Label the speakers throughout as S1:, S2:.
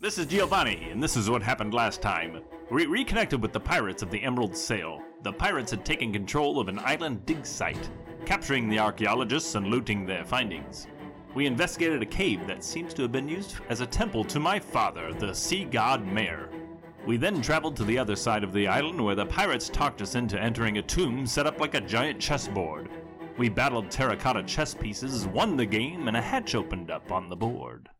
S1: This is Giovanni, and this is what happened last time. We reconnected with the pirates of the Emerald Sail. The pirates had taken control of an island dig site, capturing the archaeologists and looting their findings. We investigated a cave that seems to have been used as a temple to my father, the sea god Mare. We then traveled to the other side of the island where the pirates talked us into entering a tomb set up like a giant chessboard. We battled terracotta chess pieces, won the game, and a hatch opened up on the board.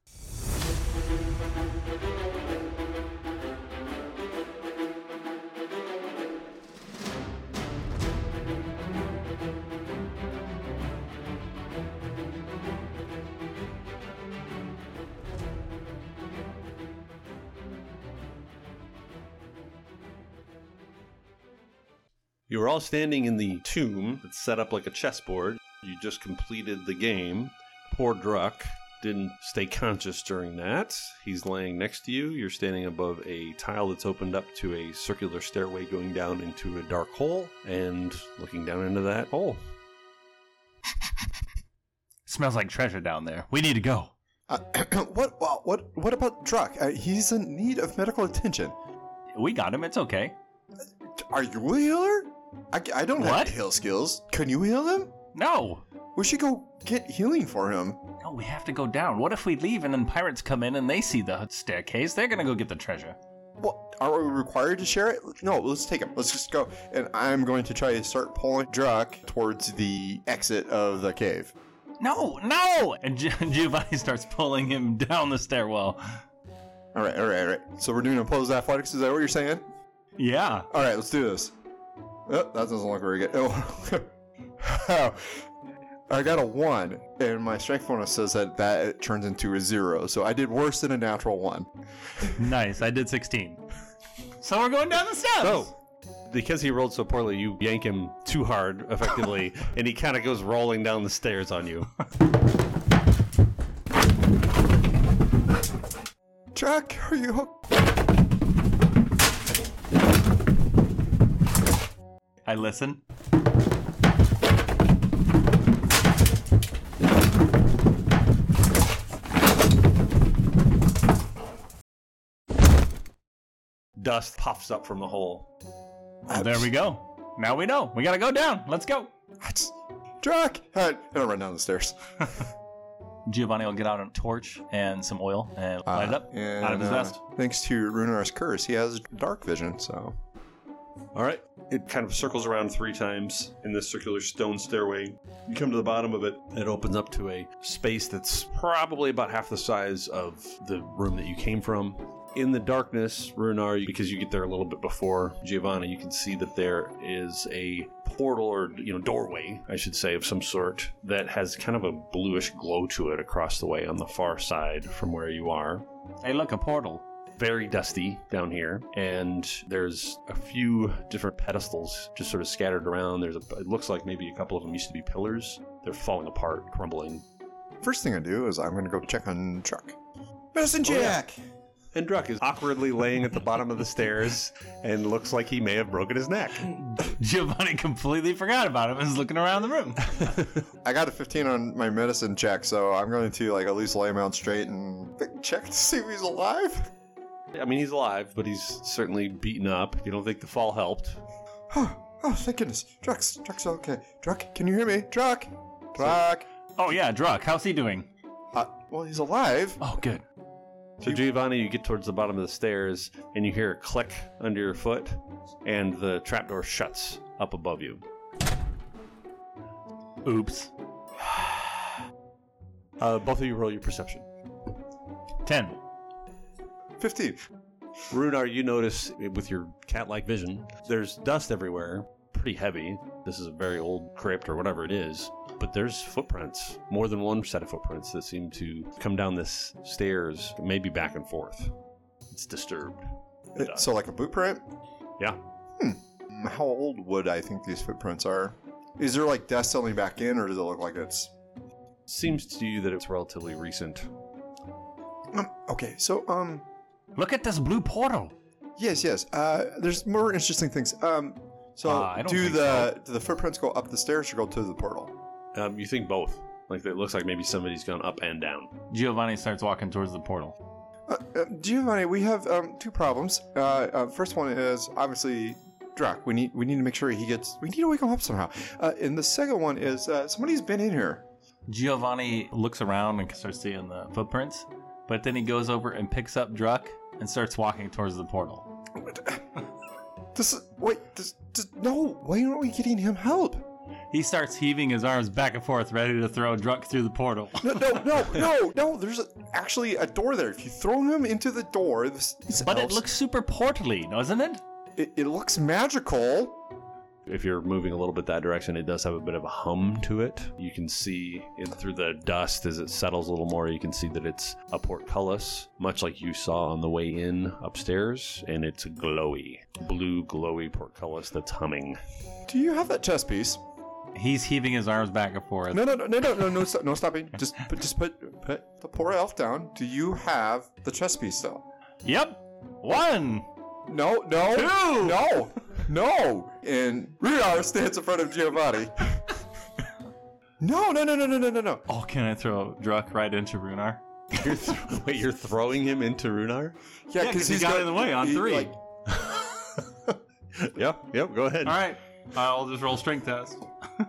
S2: You were all standing in the tomb that's set up like a chessboard. You just completed the game. Poor Druck didn't stay conscious during that. He's laying next to you. You're standing above a tile that's opened up to a circular stairway going down into a dark hole and looking down into that hole.
S1: Smells like treasure down there. We need to go.
S3: Uh, what, what? What? What about Druck? Uh, he's in need of medical attention.
S1: We got him. It's okay.
S3: Are you a healer? I, I don't
S1: What?
S3: have heal skills. Can you heal him?
S1: No.
S3: We should go get healing for him.
S1: No, we have to go down. What if we leave and then pirates come in and they see the staircase? They're gonna go get the treasure.
S3: What? Are we required to share it? No, let's take him. Let's just go. And I'm going to try to start pulling Druck towards the exit of the cave.
S1: No, no! And Gi- Giovanni starts pulling him down the stairwell.
S3: All right, all right, all right. So we're doing opposed athletics. Is that what you're saying?
S1: Yeah.
S3: All right, let's do this. Oh, that doesn't look very good. Oh, I got a one, and my strength bonus says that that it turns into a zero. So I did worse than a natural one.
S1: Nice. I did 16. So we're going down the steps.
S2: So, because he rolled so poorly, you yank him too hard, effectively, and he kind of goes rolling down the stairs on you.
S3: Jack, are you? o-
S1: I listen.
S2: Dust puffs up from the hole.
S1: Well, Oh, there we go. Now we know. We gotta go down. Let's go.
S3: That's- Jack, I, I don't run down the stairs.
S1: Giovanni will get out a torch and some oil and light it up
S3: And,
S1: out of his
S3: uh,
S1: vest.
S3: thanks to Runar's curse, he has dark vision. So
S2: All right. It kind of circles around three times in this circular stone stairway. You come to the bottom of it. It opens up to a space that's probably about half the size of the room that you came from. In the darkness, Runar, because you get there a little bit before Giovanni, you can see that there is a portal or you know doorway, I should say, of some sort that has kind of a bluish glow to it across the way on the far side from where you are
S1: Hey, look, a portal.
S2: very dusty down here and there's a few different pedestals just sort of scattered around there's a it looks like maybe a couple of them used to be pillars they're falling apart crumbling
S3: first thing I do is I'm going to go check on Chuck. Medicine
S2: Oh, yeah.
S3: Jack.
S2: and druck is awkwardly laying at the bottom of the stairs and looks like he may have broken his neck
S1: Giovanni completely forgot about him and is looking around the room.
S3: I got a 15 on my medicine check, so I'm going to like at least lay him out straight and check to see if he's alive.
S2: i mean he's alive but he's certainly beaten up you don't think the fall helped
S3: Oh, oh, thank goodness. Druck's, Druck's okay. Druck, can you hear me? Druck! Druck!
S1: oh, yeah, Druck. How's he doing?
S3: Uh, well, he's alive.
S1: Oh, good.
S2: So Giovanni, you get towards the bottom of the stairs and you hear a click under your foot, and the trapdoor shuts up above you.
S1: Oops.
S2: Uh, both of you roll your perception.
S1: 10.
S3: 15.
S2: Runar, you notice with your cat-like vision, there's dust everywhere, pretty heavy. This is a very old crypt or whatever it is, but there's footprints, more than one set of footprints that seem to come down this stairs, maybe back and forth. It's disturbed. The dust.
S3: Uh, So, like a blueprint?
S2: Yeah.
S3: Hmm. How old would I think these footprints are? Is there like dust settling back in, or does it look like it's.
S2: Seems to you that it's relatively recent.
S3: Um, okay, so, um,
S1: Look at this blue portal.
S3: yes, yes. Uh, there's more interesting things. Um, so,
S1: Uh, I don't
S3: do
S1: think
S3: the do the footprints go up the stairs or go to the portal?
S2: Um, you think both? Like it looks like maybe somebody's gone up and down.
S1: Giovanni starts walking towards the portal.
S3: Uh, uh, Giovanni, we have um, two problems. Uh, uh, first one is obviously Drac. We need we need to make sure he gets. We need to wake him up somehow. Uh, and the second one is uh, somebody's been in here.
S1: Giovanni looks around and starts seeing the footprints, but then he goes over and picks up Druck and starts walking towards the portal.
S3: This is, wait. This, this no. Why aren't we getting him help?
S1: He starts heaving his arms back and forth, ready to throw Druck through the portal.
S3: No, no, no, no, no. There's a, actually a door there. If you throw him into the door, this, this
S1: But it
S3: helps.
S1: looks super portally, doesn't it?
S3: it, it looks magical.
S2: If you're moving a little bit that direction, it does have a bit of a hum to it. You can see in through the dust as it settles a little more, you can see that it's a portcullis, much like you saw on the way in upstairs, and it's a glowy, blue glowy portcullis that's humming.
S3: Do you have that chess piece?
S1: He's heaving his arms back and forth.
S3: No, no, no, no, no, no, no, stop, no stopping. Just, put, just put, put the poor elf down. Do you have the chess piece though?
S1: Yep. One.
S3: No, no,
S1: Two!
S3: no, no. And Rudar stands in front of Giovanni. no, no, no, no, no, no, no, no.
S1: Oh, can I throw Druck right into Runar?
S2: You're th- wait, you're throwing him into Runar?
S3: Yeah,
S1: 'cause he got in the way on three.
S2: Yep, yep, go ahead.
S1: All right. I'll just roll strength test.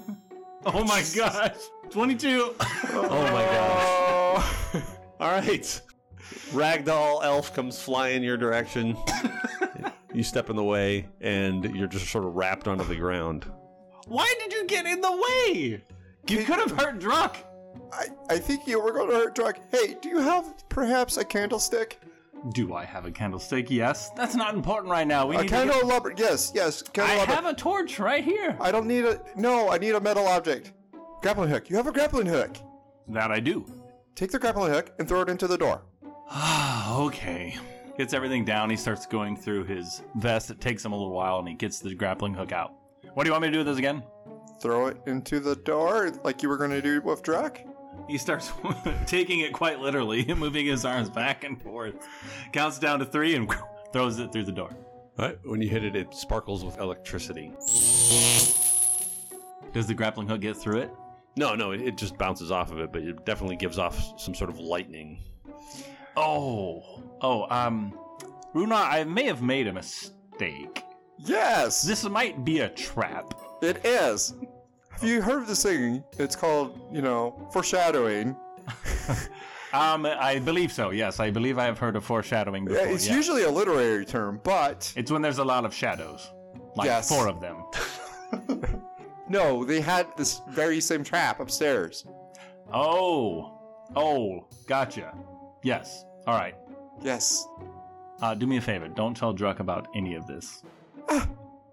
S1: oh my gosh. 22.
S2: Oh my gosh.
S3: oh.
S2: All right. Ragdoll elf comes flying your direction. you step in the way, and you're just sort of wrapped onto the ground.
S1: Why did you get in the way? You could have hurt Druck.
S3: I, I think you were going to hurt Drug. Hey, do you have perhaps a candlestick?
S1: Do I have a candlestick? Yes. That's not important right now. We
S3: A
S1: need to get-
S3: candelabra? Yes, yes,
S1: I
S3: candelabra.
S1: have a torch right here.
S3: I don't need a. No, I need a metal object. Grappling hook. You have a grappling hook.
S1: That I do.
S3: Take the grappling hook and throw it into the door.
S1: okay. Gets everything down. He starts going through his vest. It takes him a little while, and he gets the grappling hook out. What do you want me to do with this again?
S3: Throw it into the door like you were going to do with Drac.
S1: He starts taking it quite literally, moving his arms back and forth. Counts down to three and throws it through the door.
S2: All right. When you hit it, it sparkles with electricity.
S1: Does the grappling hook get through it?
S2: No, no, it, it just bounces off of it, but it definitely gives off some sort of lightning.
S1: Oh, oh, um, Runar, I may have made a mistake.
S3: Yes,
S1: This might be a trap.
S3: it is. Have you heard of this thing? It's called, you know, foreshadowing.
S1: Um, I believe so. Yes, I believe I have heard of foreshadowing before.
S3: it's
S1: yeah.
S3: usually a literary term, but
S1: It's when there's a lot of shadows, like
S3: Yes.
S1: four of them.
S3: no, they had this very same trap upstairs.
S1: Oh, oh, gotcha. Yes. All right.
S3: Yes.
S1: Uh, do me a favor. Don't tell Druck about any of this.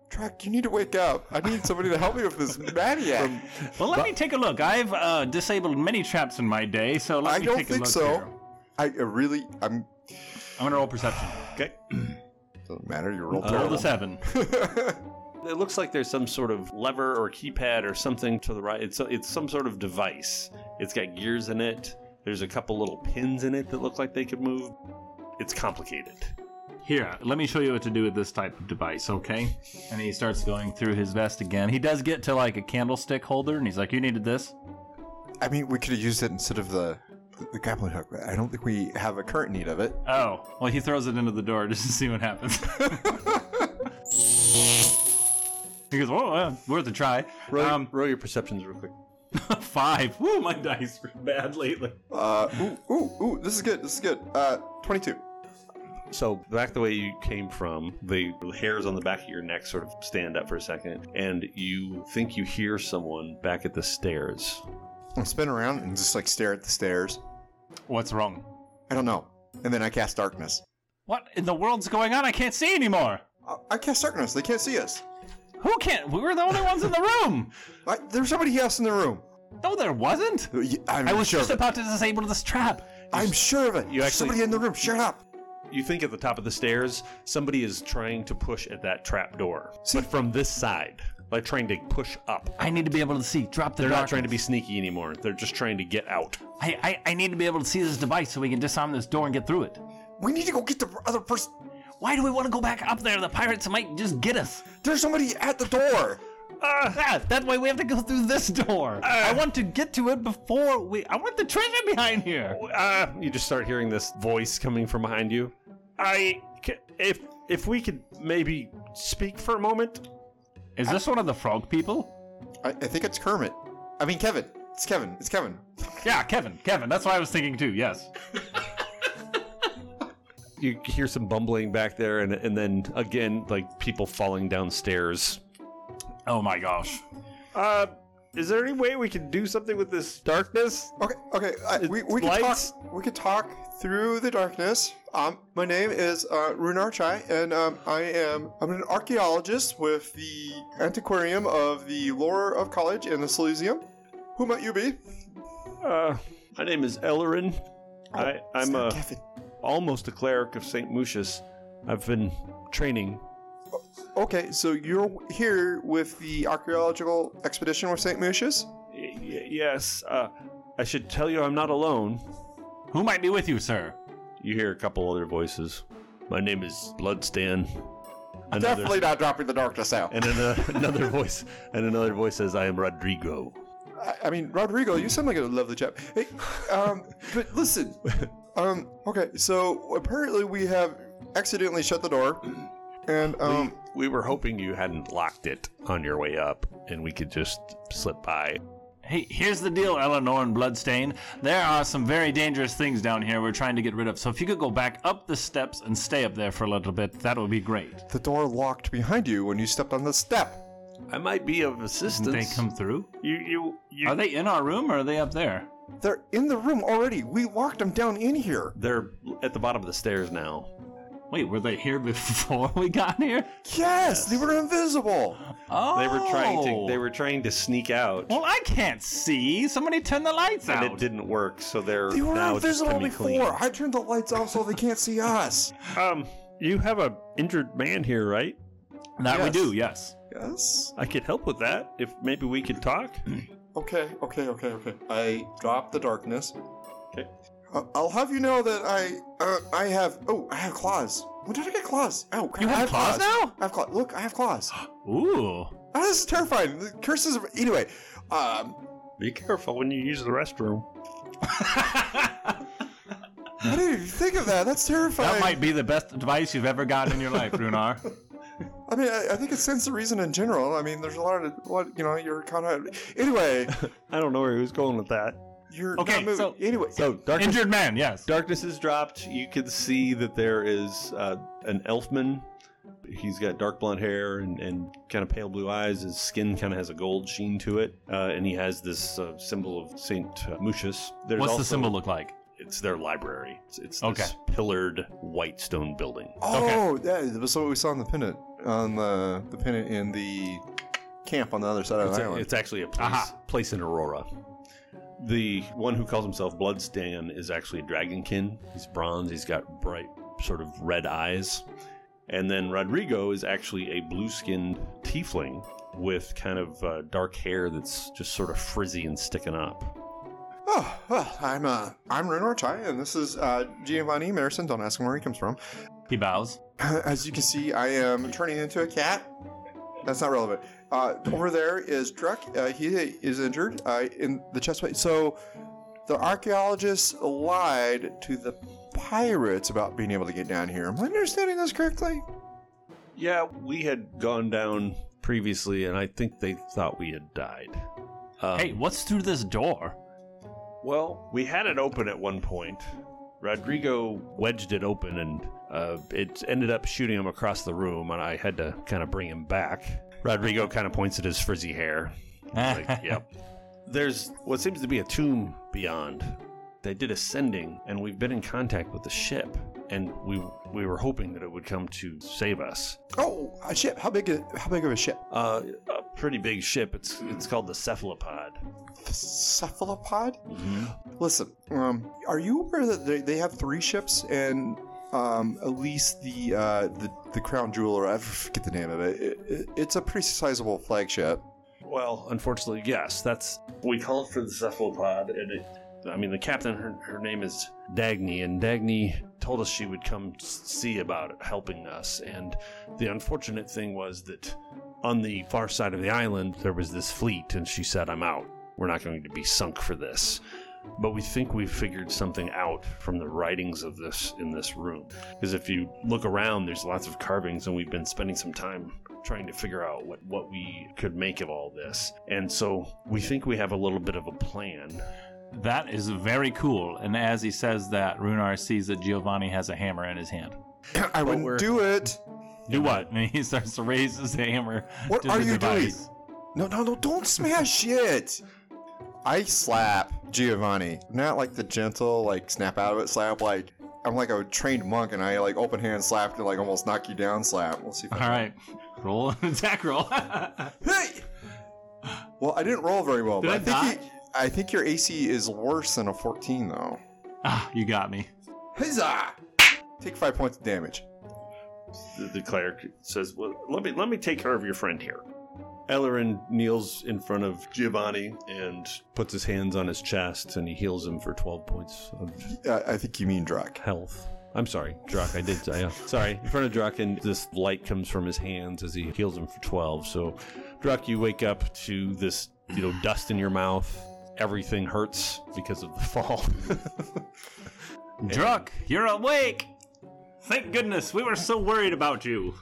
S3: Drac, you need to wake up. I need somebody to help me with this maniac.
S1: Well, let me take a look. I've uh, disabled many traps in my day, so let
S3: I
S1: me
S3: don't
S1: take a
S3: think
S1: look
S3: so.
S1: here.
S3: I I really, I'm.
S1: I'm gonna roll perception.
S2: Okay.
S3: Doesn't matter. You roll
S2: Uh,
S1: Roll the
S3: terrible.
S1: seven.
S2: It looks like there's some sort of lever or keypad or something to the right. It's it's some sort of device. It's got gears in it. There's a couple little pins in it that look like they could move. It's complicated.
S1: Here, let me show you what to do with this type of device, okay? And he starts going through his vest again. He does get to like a candlestick holder, and he's like, "You needed this."
S3: I mean, we could have used it instead of the the, the grappling hook. But I don't think we have a current need of it.
S1: Oh, well, he throws it into the door just to see what happens. he goes, "Oh, uh, worth a try."
S2: Roll,
S1: Um,
S2: roll your perceptions real quick.
S1: five. Woo, my dice are bad lately.
S3: Uh, ooh, ooh, ooh. This is good. This is good. Uh, twenty-two.
S2: So back the way you came from, the hairs on the back of your neck sort of stand up for a second, and you think you hear someone back at the stairs.
S3: I'll spin around and just like stare at the stairs.
S1: What's wrong?
S3: I don't know. And then I cast darkness.
S1: What in the world's going on? I can't see anymore.
S3: I, I cast darkness. They can't see us.
S1: Who can't? We were the only ones in the room.
S3: I, there's somebody else in the room.
S1: No, there wasn't.
S3: Y- I'm
S1: I was
S3: sure.
S1: just
S3: of it.
S1: about to disable this trap.
S3: I'm sure of it.
S2: you
S3: There's
S2: actually-
S3: somebody in the room. Shut up.
S2: You think at the top of the stairs, somebody is trying to push at that trap door, but from this side, like trying to push up.
S1: I need to be able to see. Drop the.
S2: They're not trying to
S1: darkness.
S2: be sneaky anymore. They're just trying to get out.
S1: I, I I need to be able to see this device so we can disarm this door and get through it.
S3: We need to go get the other person.
S1: Why do we want to go back up there? The pirates might just get us.
S3: There's somebody at the door.
S1: Ah, that way we have to go through this door. I want to get to it before we. I want the treasure behind here.
S2: Uh, you just start hearing this voice coming from behind you. I ca- if if we could maybe speak for a moment.
S1: Is this one of the frog people?
S3: I, I think it's Kermit. I mean, Kevin. It's Kevin. It's Kevin.
S1: Yeah, Kevin. Kevin. That's what I was thinking too. Yes.
S2: You hear some bumbling back there, and and then again, like people falling downstairs.
S1: Oh my gosh.
S2: Uh, is there any way we can do something with this darkness?
S3: Okay, okay. I, we we can
S2: lights.
S3: talk. We can talk through the darkness. Um, my name is uh, Runar Chai, and um, I am I'm an archaeologist with the Antiquarium of the Lore of College in the Silesium. Who might you be?
S2: Uh, my name is Ellerin. I, I'm
S3: Sir
S2: a,
S3: Kevin.
S2: almost a cleric of St. Lucius. I've been training.
S3: Okay, so you're here with the archaeological expedition with Saint Lucius.
S2: Y- y- yes, uh, I should tell you I'm not alone.
S1: Who might be with you, sir?
S2: You hear a couple other voices. My name is Bloodstan. Another,
S3: Definitely not dropping the darkness out.
S2: And another, another voice, and another voice says, "I am Rodrigo."
S3: I, I mean, Rodrigo, you sound like a lovely chap. Hey, um, but listen, um, okay, so apparently we have accidentally shut the door, and um,
S2: We were hoping you hadn't locked it on your way up, and we could just slip by.
S1: Hey, here's the deal, Eleanor and Bloodstain. There are some very dangerous things down here we're trying to get rid of. So if you could go back up the steps and stay up there for a little bit, that would be great.
S3: the door locked behind you when you stepped on the step.
S2: I might be of assistance.
S1: Did they come through?
S2: you, you, you.
S1: Are they in our room or are they up there?
S3: They're in the room already. We locked them down in here.
S2: They're at the bottom of the stairs now.
S1: Wait, were they here before we got here?
S3: Yes, they were invisible.
S1: Oh.
S2: They were trying to. They were trying to sneak out,
S1: Well, I can't see. Somebody turn the lights
S2: and
S1: out.
S2: it didn't work. So they're
S3: They were
S2: now just
S3: invisible
S2: coming
S3: before. I turned the lights off so they can't see us.
S2: clean. Um, you have a injured man here, right?
S1: That we
S3: Yes.
S1: do, yes.
S3: Yes.
S2: I could help with that if maybe we could talk.
S3: Okay, okay, okay, okay. I dropped the darkness.
S2: Okay.
S3: Uh, I'll have you know that I, uh, I have. Oh, I have claws. When did I get claws? Oh, crap,
S1: You
S3: I
S1: have claws now?
S3: I have claws. Look, I have claws.
S1: Ooh.
S3: Oh, this is terrifying. The curses. Of... Anyway, um,
S2: Be careful when you use the restroom.
S3: I didn't even think of that. That's terrifying.
S1: That might be the best advice you've ever gotten in your life, Runar.
S3: I mean, I, I think it stands to reason in general. I mean, there's a lot of what you know. You're kind of. Anyway,
S2: I don't know where he was going with that.
S3: you're
S1: Okay,
S3: Not moving.
S1: so-
S3: anyway,
S2: So darkness,
S1: Injured man, yes.
S2: darkness is dropped. You can see that there is uh, an elfman. He's got dark blonde hair and, and kind of pale blue eyes. His skin kind of has a gold sheen to it, uh, and he has this uh, symbol of Saint uh, Mucius. There's
S1: What's
S2: also-
S1: the symbol look like?
S2: It's their library. It's, it's
S1: Okay.
S2: this pillared white stone building.
S3: oh, that was what we saw on the pennant on the the pennant in the camp on the other side of
S2: It's,
S3: the
S2: a-
S3: island.
S2: it's actually a place,
S1: Aha.
S2: place in Aurora. The one who calls himself Bloodstan is actually a dragonkin. He's bronze. He's got bright, sort of red eyes. And then Rodrigo is actually a blue-skinned tiefling with kind of uh, dark hair that's just sort of frizzy and sticking up.
S3: Oh, well, I'm uh, I'm Ren Orchai, and this is uh, Giovanni Marison. Don't ask him where he comes from.
S1: He bows.
S3: As you can see, I am turning into a cat. That's not relevant. Uh, over there is Drek. Uh, he is injured uh, in the chest. plate. So the archaeologists lied to the pirates about being able to get down here. Am I understanding this correctly?
S2: Yeah, we had gone down previously, and I think they thought we had died. Um,
S1: Hey, what's through this door?
S2: Well, we had it open at one point. Rodrigo wedged it open and uh, it ended up shooting him across the room, and I had to kind of bring him back. Rodrigo kind of points at his frizzy hair. Like, yep. There's what seems to be a tomb beyond. They did ascending, and we've been in contact with the ship, and we we were hoping that it would come to save us.
S3: Oh, a ship. How big? Is, how big of a ship?
S2: Uh, a pretty big ship. It's it's called the Cephalopod.
S3: Cephalopod. Listen, um, are you aware that they, they have three ships and um, at least the, uh, the the crown jewel or I forget the name of it. It, it. It's a pretty sizable flagship.
S2: Well, unfortunately, yes. That's we called for the cephalopod, and it, I mean the captain. Her, her name is Dagny, and Dagny told us she would come s- see about helping us. And the unfortunate thing was that on the far side of the island, there was this fleet, and she said, I'm out. We're not going to be sunk for this. But we think we've figured something out from the writings of this in this room. Because if you look around, there's lots of carvings, and we've been spending some time trying to figure out what, what we could make of all this. And so we think we have a little bit of a plan.
S1: That is very cool. And as he says that, Runar sees that Giovanni has a hammer in his hand.
S3: I wouldn't
S2: we're-
S3: do it.
S1: Do what? And he starts to raise his hammer.
S3: What
S1: to
S3: are
S1: the
S3: you
S1: device.
S3: No, no, no, don't smash it. I slap Giovanni. Not like the gentle, like, snap out of it slap. Like, I'm like a trained monk and I, like, open hand slap to, like, almost knock you down slap. We'll see if I
S1: All right. Roll an attack roll. Ah,
S3: Hey! Well, I didn't roll very well,
S1: Did
S3: but
S1: I
S3: I, think you, I think your AC is worse than a 14, though.
S1: ah, you got me.
S3: Huzzah! Take five points of damage.
S2: The, the cleric says, well, let me let me take care of your friend here. Ellerin kneels in front of Giovanni and puts his hands on his chest, and he heals him for 12 points of
S3: Uh, I think you mean Druck.
S2: health. I'm sorry, Drock. I did. I, uh, sorry, in front of Drock, and this light comes from his hands as he heals him for 12. So, Drock, you wake up to this, you know, dust in your mouth. Everything hurts because of the fall.
S1: Druck, you're awake. Thank goodness. We were so worried about you.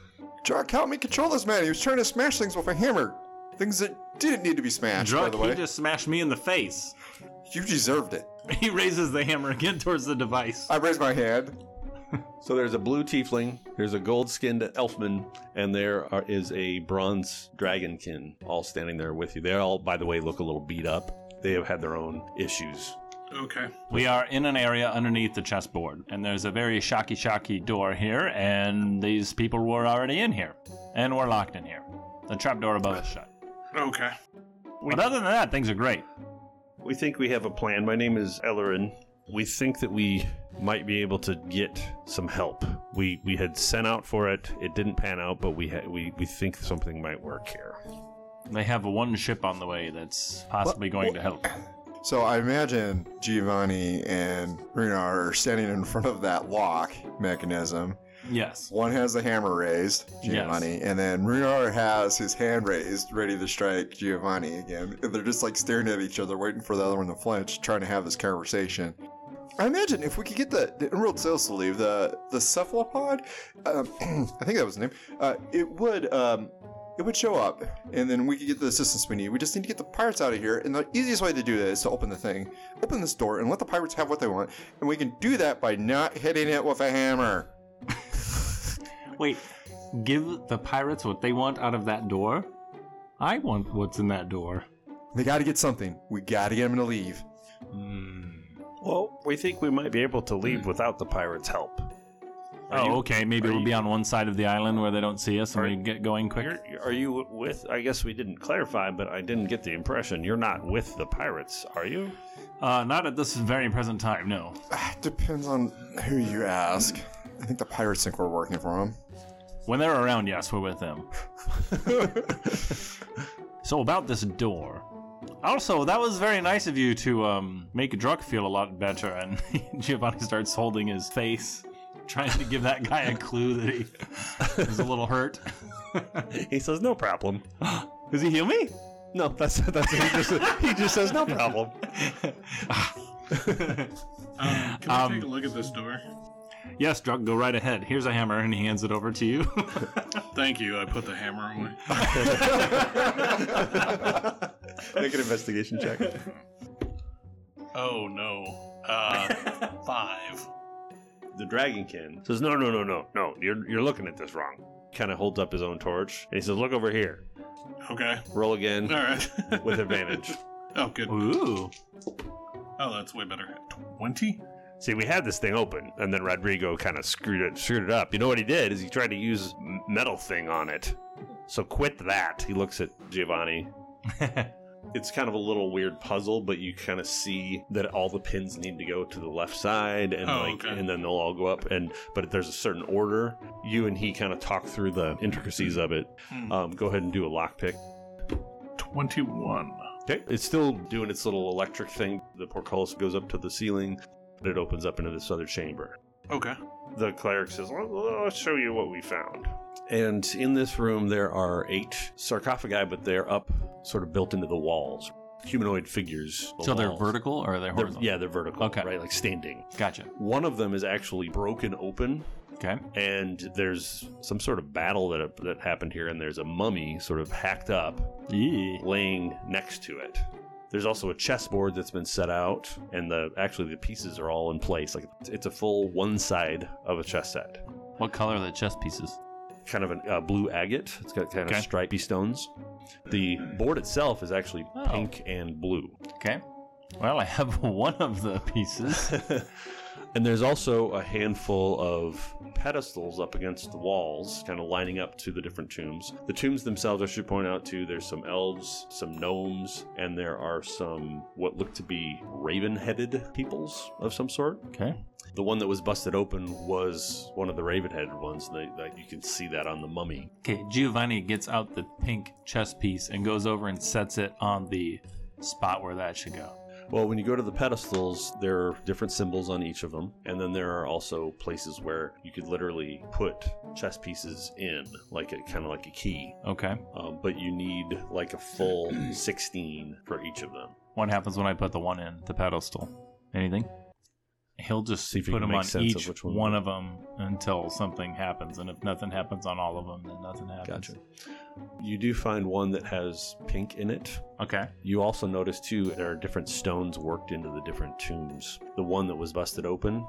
S3: Druck, help me control this man. He was trying to smash things with a hammer. Things that didn't need to be smashed, by
S1: Druck,
S3: the way.
S1: he just smashed me in the face.
S3: You deserved it.
S1: He raises the hammer again towards the device.
S3: I raised my hand.
S2: so there's a blue tiefling, there's a gold-skinned elfman, and there are, is a bronze dragonkin, all standing there with you. They all, by the way, look a little beat up. They have had their own issues.
S4: Okay.
S1: We are in an area underneath the chessboard, and there's a very shocky shocky door here, and these people were already in here. And we're locked in here. The trapdoor above is shut.
S4: Okay.
S1: But other than that, things are great.
S2: We think we have a plan. My name is Ellerin. We think that we might be able to get some help. We we had sent out for it. It didn't pan out, but we ha- we we think something might work here.
S1: They have one ship on the way that's possibly going to help.
S3: So I imagine Giovanni and Runar are standing in front of that lock mechanism.
S1: Yes.
S3: One has the hammer raised, Giovanni, and then Runar has his hand raised, ready to strike Giovanni again. And they're just like staring at each other, waiting for the other one to flinch, trying to have this conversation. I imagine if we could get the, the Emerald Sales to leave, the the cephalopod, um, I think that was the name, uh, it would um, it would show up, and then we could get the assistance we need. We just need to get the pirates out of here, and the easiest way to do that is to open the thing, open this door, and let the pirates have what they want. And we can do that by not hitting it with a hammer.
S1: Wait, give the pirates what they want out of that door? I want what's in that door.
S3: They got to get something. We got to get them to leave.
S1: Hmm.
S2: Well, we think we might be able to leave without the pirates' help.
S1: oh,
S2: you-
S1: okay. Maybe
S2: are
S1: we'll
S2: you-
S1: be on one side of the island where they don't see us and
S2: Are-
S1: we get going quick.
S2: You're- are you with? I guess we didn't clarify, but I didn't get the impression you're not with the pirates, are you?
S1: Uh, not at this very present time, no.
S3: Ah, Depends on who you ask. I think the pirates think we're working for them.
S1: When they're around, yes, we're with them. so about this door. Also, that was very nice of you to um, make Druck feel a lot better. And Giovanni starts holding his face, trying to give that guy a clue that he is a little hurt.
S2: He says no problem.
S1: Does he heal me?
S2: No, that's that's he just he just says no problem.
S4: Um, can we
S1: Um,
S4: take a look at this door?
S1: Yes, Druck, go right ahead. Here's a hammer, and he hands it over to you.
S4: Thank you. I put the hammer away.
S2: Make an investigation check.
S4: Oh no. Uh, five.
S2: the dragonkin says no no no no no you're, you're looking at this wrong kind of holds up his own torch and he says look over here
S4: Okay.
S2: roll
S4: All
S2: again
S4: right.
S2: with advantage
S4: Oh, good.
S1: Ooh.
S4: Oh, that's way better. Twenty.
S2: see we had this thing open and then rodrigo kind of screwed it screwed it up you know what he did is he tried to use m- metal thing on it so quit that he looks at giovanni it's kind of a little weird puzzle but you kind of see that all the pins need to go to the left side and
S4: Oh,
S2: like
S4: okay.
S2: and then they'll all go up and but there's a certain order you and he kind of talk through the intricacies of it
S4: Hmm.
S2: um, go ahead and do a lock pick
S4: Twenty-one.
S2: Okay. It's still doing its little electric thing. The portcullis goes up to the ceiling, but it opens up into this other chamber.
S4: Okay.
S2: the cleric says, "I'll show you what we found." And in this room, there are eight sarcophagi, but they're up, sort of built into the walls, humanoid figures.
S1: So they're
S2: walls.
S1: vertical or they're
S2: They're-
S1: horizontal?
S2: yeah, they're vertical.
S1: Okay.
S2: right, like standing.
S1: Gotcha.
S2: One of them is actually broken open,
S1: Okay.
S2: and there's some sort of battle that that happened here, and there's a mummy sort of hacked up
S1: Yeah.
S2: laying next to it. There's also a chessboard that's been set out, and the actually the pieces are all in place. Like it's a full one side of a chess set,
S1: What color are the chess pieces?
S2: kind of a uh, blue agate. It's got kind
S1: Okay.
S2: of stripy stones. The board itself is actually
S1: Oh.
S2: pink and blue.
S1: Okay. Well, I have one of the pieces.
S2: and there's also a handful of pedestals up against the walls, kind of lining up to the different tombs. The tombs themselves, I should point out too, there's some elves, some gnomes, and there are some what look to be raven headed peoples of some sort.
S1: Okay.
S2: The one that was busted open was one of the raven headed ones. They, like, you can see that on the mummy.
S1: Okay, Giovanni gets out the pink chess piece and goes over and sets it on the spot where that should go.
S2: Well, when you go to the pedestals, there are different symbols on each of them, and then there are also places where you could literally put chess pieces in, like a kind of like a key.
S1: Okay.
S2: Um, but you need like a full 16 for each of them.
S1: What happens when I put the one in the pedestal? Anything? He'll just
S2: See if you
S1: put
S2: can
S1: them
S2: make
S1: on
S2: sense of
S1: each
S2: which one.
S1: one, of them until something happens, and if nothing happens on all of them, then nothing happens.
S2: You do find one that has pink in it.
S1: Okay.
S2: You also notice too there are different stones worked into the different tombs. The one that was busted open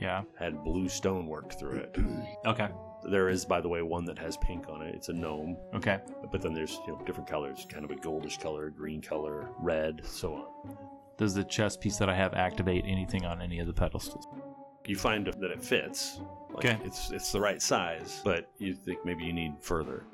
S1: Yeah.
S2: had blue stone worked through it.
S1: Okay.
S2: there is, by the way, one that has pink on it. It's a gnome.
S1: Okay.
S2: But then there's you know different colors, kind of a goldish color, green color, red, so on.
S1: Does the chess piece that I have activate anything on any of the pedestals?
S2: You find that it fits. Like,
S1: Okay.
S2: It's it's the right size, but you think maybe you need further.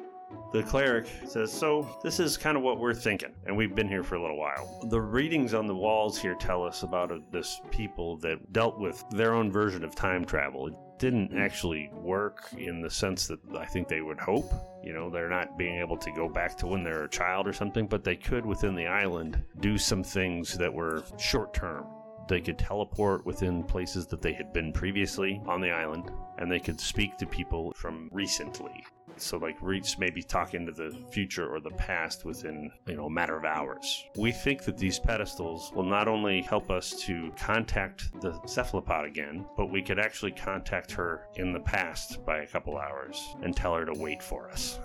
S2: The cleric says, "So this is kind of what we're thinking, and we've been here for a little while. The readings on the walls here tell us about a, this people that dealt with their own version of time travel. It didn't actually work in the sense that I think they would hope. You know, they're not being able to go back to when they're a child or something, but they could within the island do some things that were short term." They could teleport within places that they had been previously on the island, and they could speak to people from recently. So like reach maybe talk into the future or the past within, you know, a matter of hours. We think that these pedestals will not only help us to contact the cephalopod again, but we could actually contact her in the past by a couple hours and tell her to wait for us.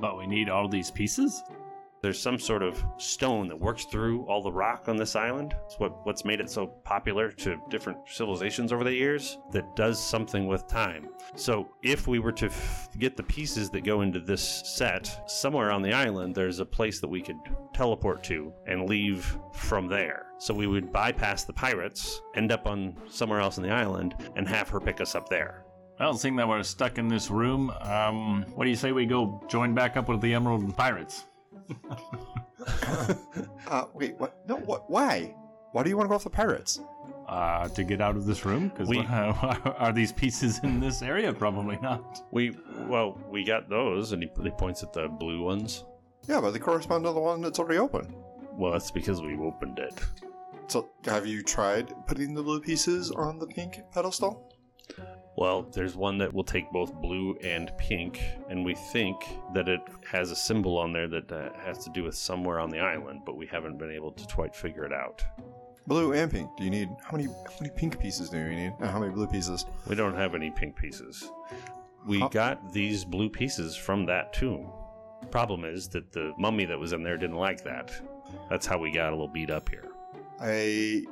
S1: But we need all these pieces?
S2: There's some sort of stone that works through all the rock on this island. It's what, what's made it so popular to different civilizations over the years that does something with time. So, if we were to f- get the pieces that go into this set, somewhere on the island, there's a place that we could teleport to and leave from there. So, we would bypass the pirates, end up on somewhere else on the island, and have her pick us up there.
S1: Well, seeing that we're stuck in this room, um, what do you say we go join back up with the Emerald Pirates?
S3: Uh, wait, what? No, what? Why? Why do you want to go off the pirates?
S1: Uh, to get out of this room? Because
S2: We-
S1: are these pieces in this area? Probably not.
S2: We, well, we got those, and he, he points at the blue ones.
S3: Yeah, but they correspond to the one that's already open.
S2: Well, that's because we opened it.
S3: So, have you tried putting the blue pieces on the pink pedestal?
S2: Well, there's one that will take both blue and pink, and we think that it has a symbol on there that uh, has to do with somewhere on the island, but we haven't been able to quite figure it out.
S3: Blue and pink. Do you need how many? How many pink pieces do you need? And how many blue pieces?
S2: We don't have any pink pieces. We
S3: Huh.
S2: got these blue pieces from that tomb. Problem is that the mummy that was in there didn't like that. That's how we got a little beat up here.
S3: I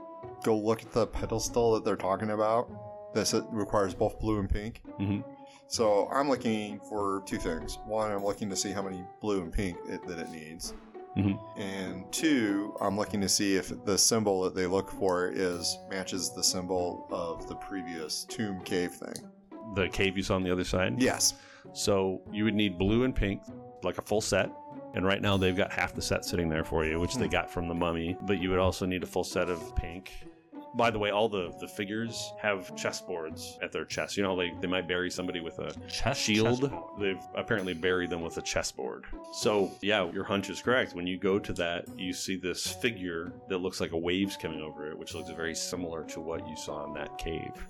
S3: go look at the pedestal that they're talking about. This it requires both blue and pink.
S2: Mhm.
S3: So I'm looking for two things. One, I'm looking to see how many blue and pink it, that it needs.
S2: Mhm.
S3: And two, I'm looking to see if the symbol that they look for is matches the symbol of the previous tomb cave thing.
S2: The cave you saw on the other side?
S3: Yes.
S2: So you would need blue and pink, like a full set. And right now they've got half the set sitting there for you, which they got from the mummy. But you would also need a full set of pink. By the way, all the, the figures have chessboards at their chest. You know, they, they might bury somebody with a
S1: Chess
S2: shield.
S1: chessboard.
S2: They've apparently buried them with a chessboard. So, yeah, your hunch is correct. When you go to that, you see this figure that looks like a wave's coming over it, which looks very similar to what you saw in that cave.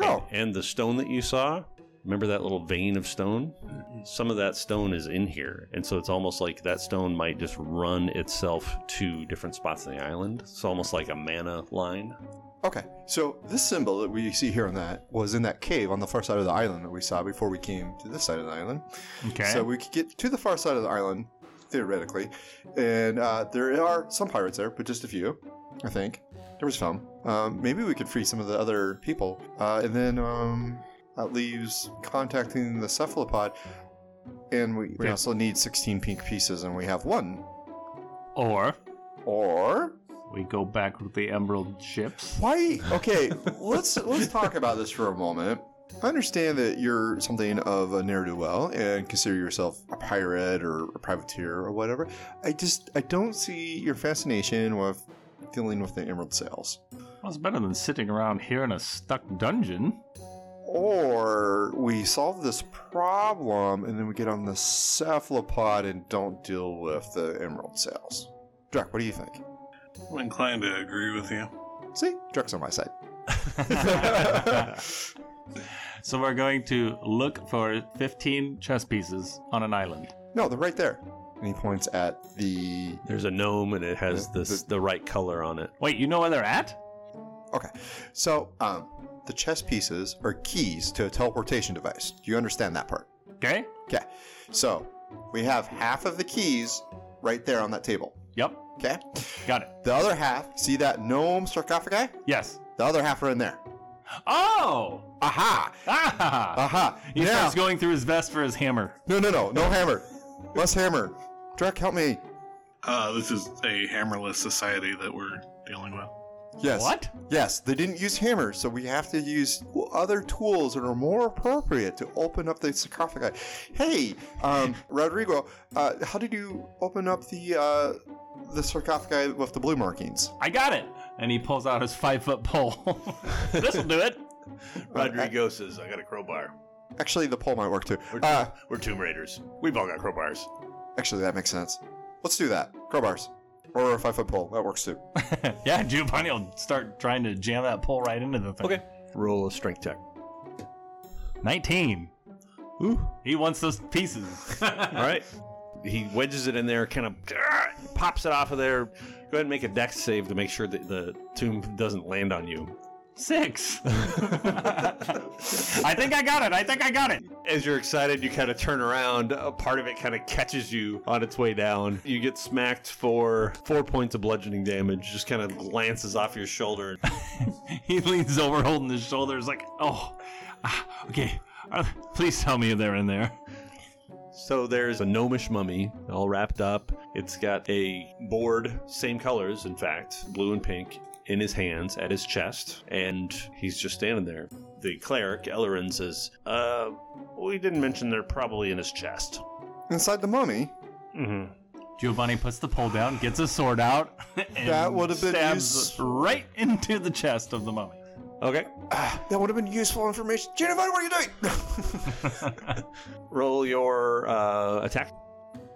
S3: Oh.
S2: And the stone that you saw, remember that little vein of stone?
S4: Mm-hmm.
S2: Some of that stone is in here. And so it's almost like that stone might just run itself to different spots on the island. It's almost like a mana line.
S3: Okay. So this symbol that we see here on that was in that cave on the far side of the island that we saw before we came to this side of the island.
S1: Okay.
S3: So we could get to the far side of the island, theoretically, and uh, there are some pirates there, but just a few, I think. There was some. Um, maybe we could free some of the other people, uh, and then um, that leaves contacting the cephalopod. And we, we
S1: Yeah.
S3: also need 16 pink pieces, and we have one.
S1: or
S3: Or
S1: we go back with the emerald ships.
S3: Why? Okay, let's let's talk about this for a moment. I understand that you're something of a ne'er do well and consider yourself a pirate or a privateer or whatever. I just I don't see your fascination with dealing with the emerald sales.
S1: Well, it's better than sitting around here in a stuck dungeon.
S3: Or we solve this problem and then we get on the cephalopod and don't deal with the emerald sales. Drek, what do you think?
S4: I'm inclined to agree with you.
S3: See, Drek's on my side.
S1: so we're going to look for 15 chess pieces on an island.
S3: No, they're right there. And he points at the
S2: There's a gnome and it has
S3: The-
S2: this, the right color on it.
S1: Wait, you know where they're at?
S3: Okay. So, um, the chess pieces are keys to a teleportation device. Do you understand that part?
S1: Okay.
S3: Okay. So, we have half of the keys right there on that table.
S1: Yep.
S3: Okay.
S1: Got it.
S3: The other half, see that gnome sarcophagi?
S1: Yes.
S3: The other half are in there.
S1: Oh!
S3: Aha!
S1: Ah!
S3: Aha!
S1: he
S3: now,
S1: starts going through his vest for his hammer.
S3: no, no, no, no hammer. Less hammer. Drek, help me.
S4: Uh, this is a hammerless society that we're dealing with.
S3: Yes.
S1: What?
S3: Yes, they didn't use hammers, so we have to use other tools that are more appropriate to open up the sarcophagi. Hey, um, Rodrigo, uh, how did you open up the uh, the sarcophagi with the blue markings? Uh,
S1: I got it! And he pulls out his five foot pole. This'll do it.
S3: Rodrigo
S2: says, I got a crowbar.
S3: Actually, the pole might work too. Uh,
S2: We're Tomb Raiders. We've all got crowbars.
S3: actually, that makes sense. Let's do that. Crowbars or a five foot pole that works too.
S1: yeah, Giovanni will start trying to jam that pole right into the thing.
S2: Okay. Roll a strength check.
S1: 19.
S2: Ooh.
S1: He wants those pieces.
S2: All right. He wedges it in there, kind of pops it off of there. Go ahead and make a dex save to make sure that the tomb doesn't land on you.
S1: Six. I think I got it. I think I got it.
S2: As you're excited, you kind of turn around. A part of it kind of catches you on its way down. You get smacked for four points of bludgeoning damage. Just kind of glances off your shoulder.
S1: He leans over, holding his shoulders, like, oh, ah, okay. Uh, please tell me they're in there.
S2: So there's a gnomish mummy all wrapped up. It's got a board, same colors, in fact, blue and pink, in his hands at his chest, and he's just standing there. The cleric, Ellerin, says, Uh, we didn't mention they're probably in his chest.
S3: Inside the mummy,
S2: Mm-hmm.
S1: Giovanni puts the pole down, gets his sword out, and
S3: That would've been
S1: stabs
S3: use-
S1: right into the chest of the mummy.
S2: Okay.
S3: ah, that would have been useful information. Giovanni, what are you doing?
S2: Roll your uh, attack.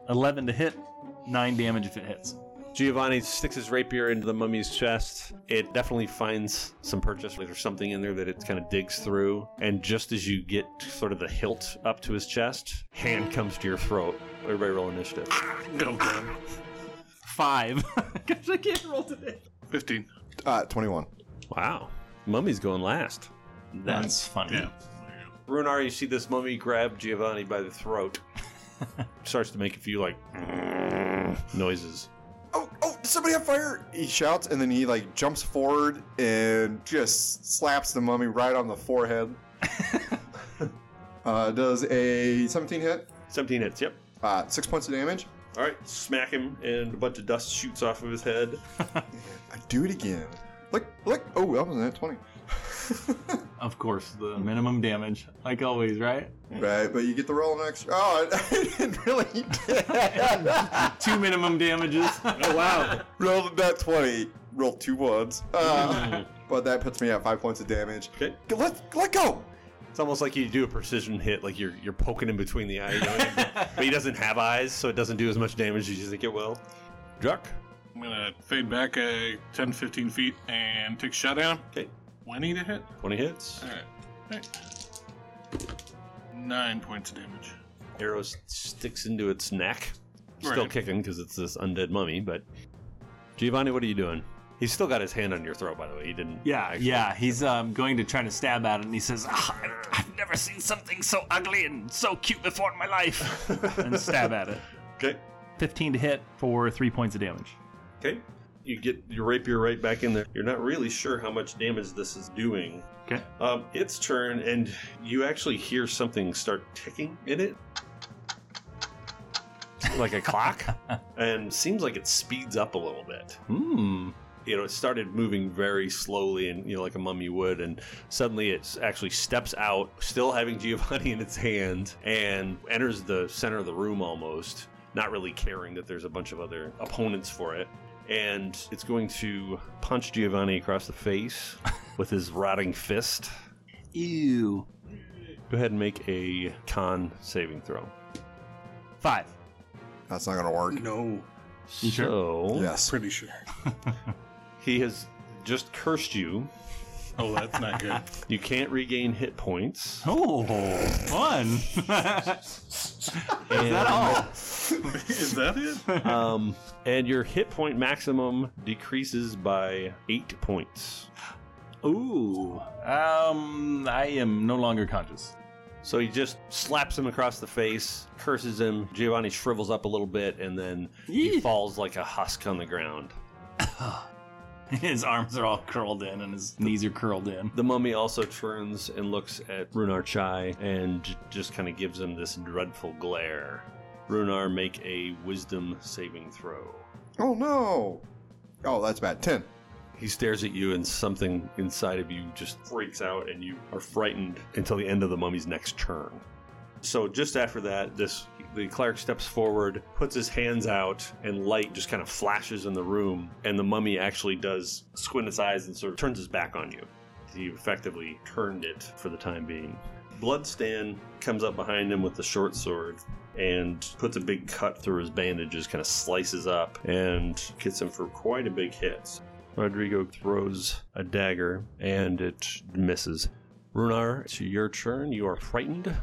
S1: 11 to hit, 9 damage if it hits.
S2: Giovanni sticks his rapier into the mummy's chest. It definitely finds some purchase. There's something in there that it kind of digs through. And just as you get sort of the hilt up to his chest, hand comes to your throat. Everybody roll initiative.
S4: Go, go.
S1: 5. Because I can't roll today.
S4: 15.
S3: uh, Twenty-one.
S2: Wow. Mummy's going last.
S1: That's funny.
S4: Yeah.
S2: Runar, you see this mummy grab Giovanni by the throat. Starts to make a few, like, noises.
S3: oh, oh, does somebody have fire? He shouts, and then he like jumps forward and just slaps the mummy right on the forehead. uh, does a 17 hit?
S2: 17 hits, yep.
S3: Uh, six points of damage.
S2: All right, smack him, and a bunch of dust shoots off of his head.
S3: I do it again. Look, look. Oh, that was an at 20.
S1: Of course, the minimum damage, like always, right?
S3: Right, but you get the roll next. Oh, I, I didn't really
S1: Two minimum damages. oh, wow.
S3: roll that 20. Roll two ones. Uh, but that puts me at five points of damage.
S2: Okay.
S3: Let, let go.
S2: It's almost like you do a precision hit, like you're you're poking him between the eyes, you know, but he doesn't have eyes, so it doesn't do as much damage as you think it will. Druck.
S4: I'm gonna fade back uh, 10, 15 feet and take a shot at him.
S2: Okay.
S4: 20 to hit?
S2: 20 hits.
S4: Alright. Alright. Nine points of damage.
S2: Arrow s- sticks into its neck. Still
S4: Right.
S2: kicking because it's this undead mummy, but. Giovanni, what are you doing? He's still got his hand on your throat, by the way. He didn't.
S1: Yeah,
S2: actually-
S1: yeah. He's um, going to try to stab at it, and he says, ah, I've- "I've never seen something so ugly and so cute before in my life," and stab at it.
S2: Okay.
S1: Fifteen to hit for three points of damage.
S2: Okay. You get your rapier right back in there. You're not really sure how much damage this is doing.
S1: Okay.
S2: Um, its turn, and you actually hear something start ticking in it. Like a clock? and seems like it speeds up a little bit.
S1: Hmm.
S2: You know, it started moving very slowly and, you know, like a mummy would. And suddenly it actually steps out, still having Giovanni in its hand, and enters the center of the room almost, not really caring that there's a bunch of other opponents for it. And it's going to punch Giovanni across the face with his rotting fist.
S1: Ew.
S2: Go ahead and make a con saving throw.
S1: Five.
S3: That's not going to work.
S4: No,
S1: You sure?
S2: So
S3: Yes.
S4: pretty sure.
S2: he has just cursed you.
S4: Oh, that's not good.
S2: You can't regain hit points.
S1: Oh, fun.
S2: Is
S1: that all?
S4: Is that it?
S2: um, and your hit point maximum decreases by eight points.
S1: Ooh. Um, I am no longer conscious.
S2: So he just slaps him across the face, curses him. Giovanni shrivels up a little bit, and then he
S1: Yee.
S2: falls like a husk on the ground.
S1: His arms are all curled in, and his knees are curled in.
S2: The mummy also turns and looks at Runar Chai and j- just kind of gives him this dreadful glare. Runar, make a wisdom saving throw.
S3: Oh, no. Oh, that's bad. 10.
S2: He stares at you, and something inside of you just freaks out, and you are frightened until the end of the mummy's next turn. So just after that, this the cleric steps forward, puts his hands out, and light just kind of flashes in the room, and the mummy actually does squint its eyes and sort of turns his back on you. He effectively turned it for the time being. Bloodstand comes up behind him with the short sword and puts a big cut through his bandages, kind of slices up, and gets him for quite a big hit. Rodrigo throws a dagger and it misses. Runar, it's your turn. You are frightened.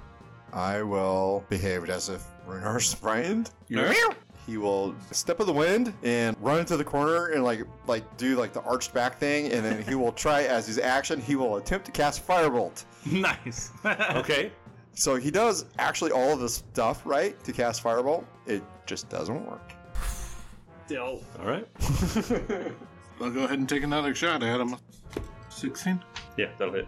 S3: I will behave as if Runar's frightened.
S4: Yeah.
S3: He will step of the wind and run into the corner and like like do like the arched back thing, and then he will try as his action. He will attempt to cast firebolt.
S1: Nice.
S2: Okay.
S3: So he does actually all of this stuff right to cast firebolt. It just doesn't work.
S1: Still.
S2: All right.
S4: I'll go ahead and take another shot at him. 16?
S2: Yeah, that'll hit.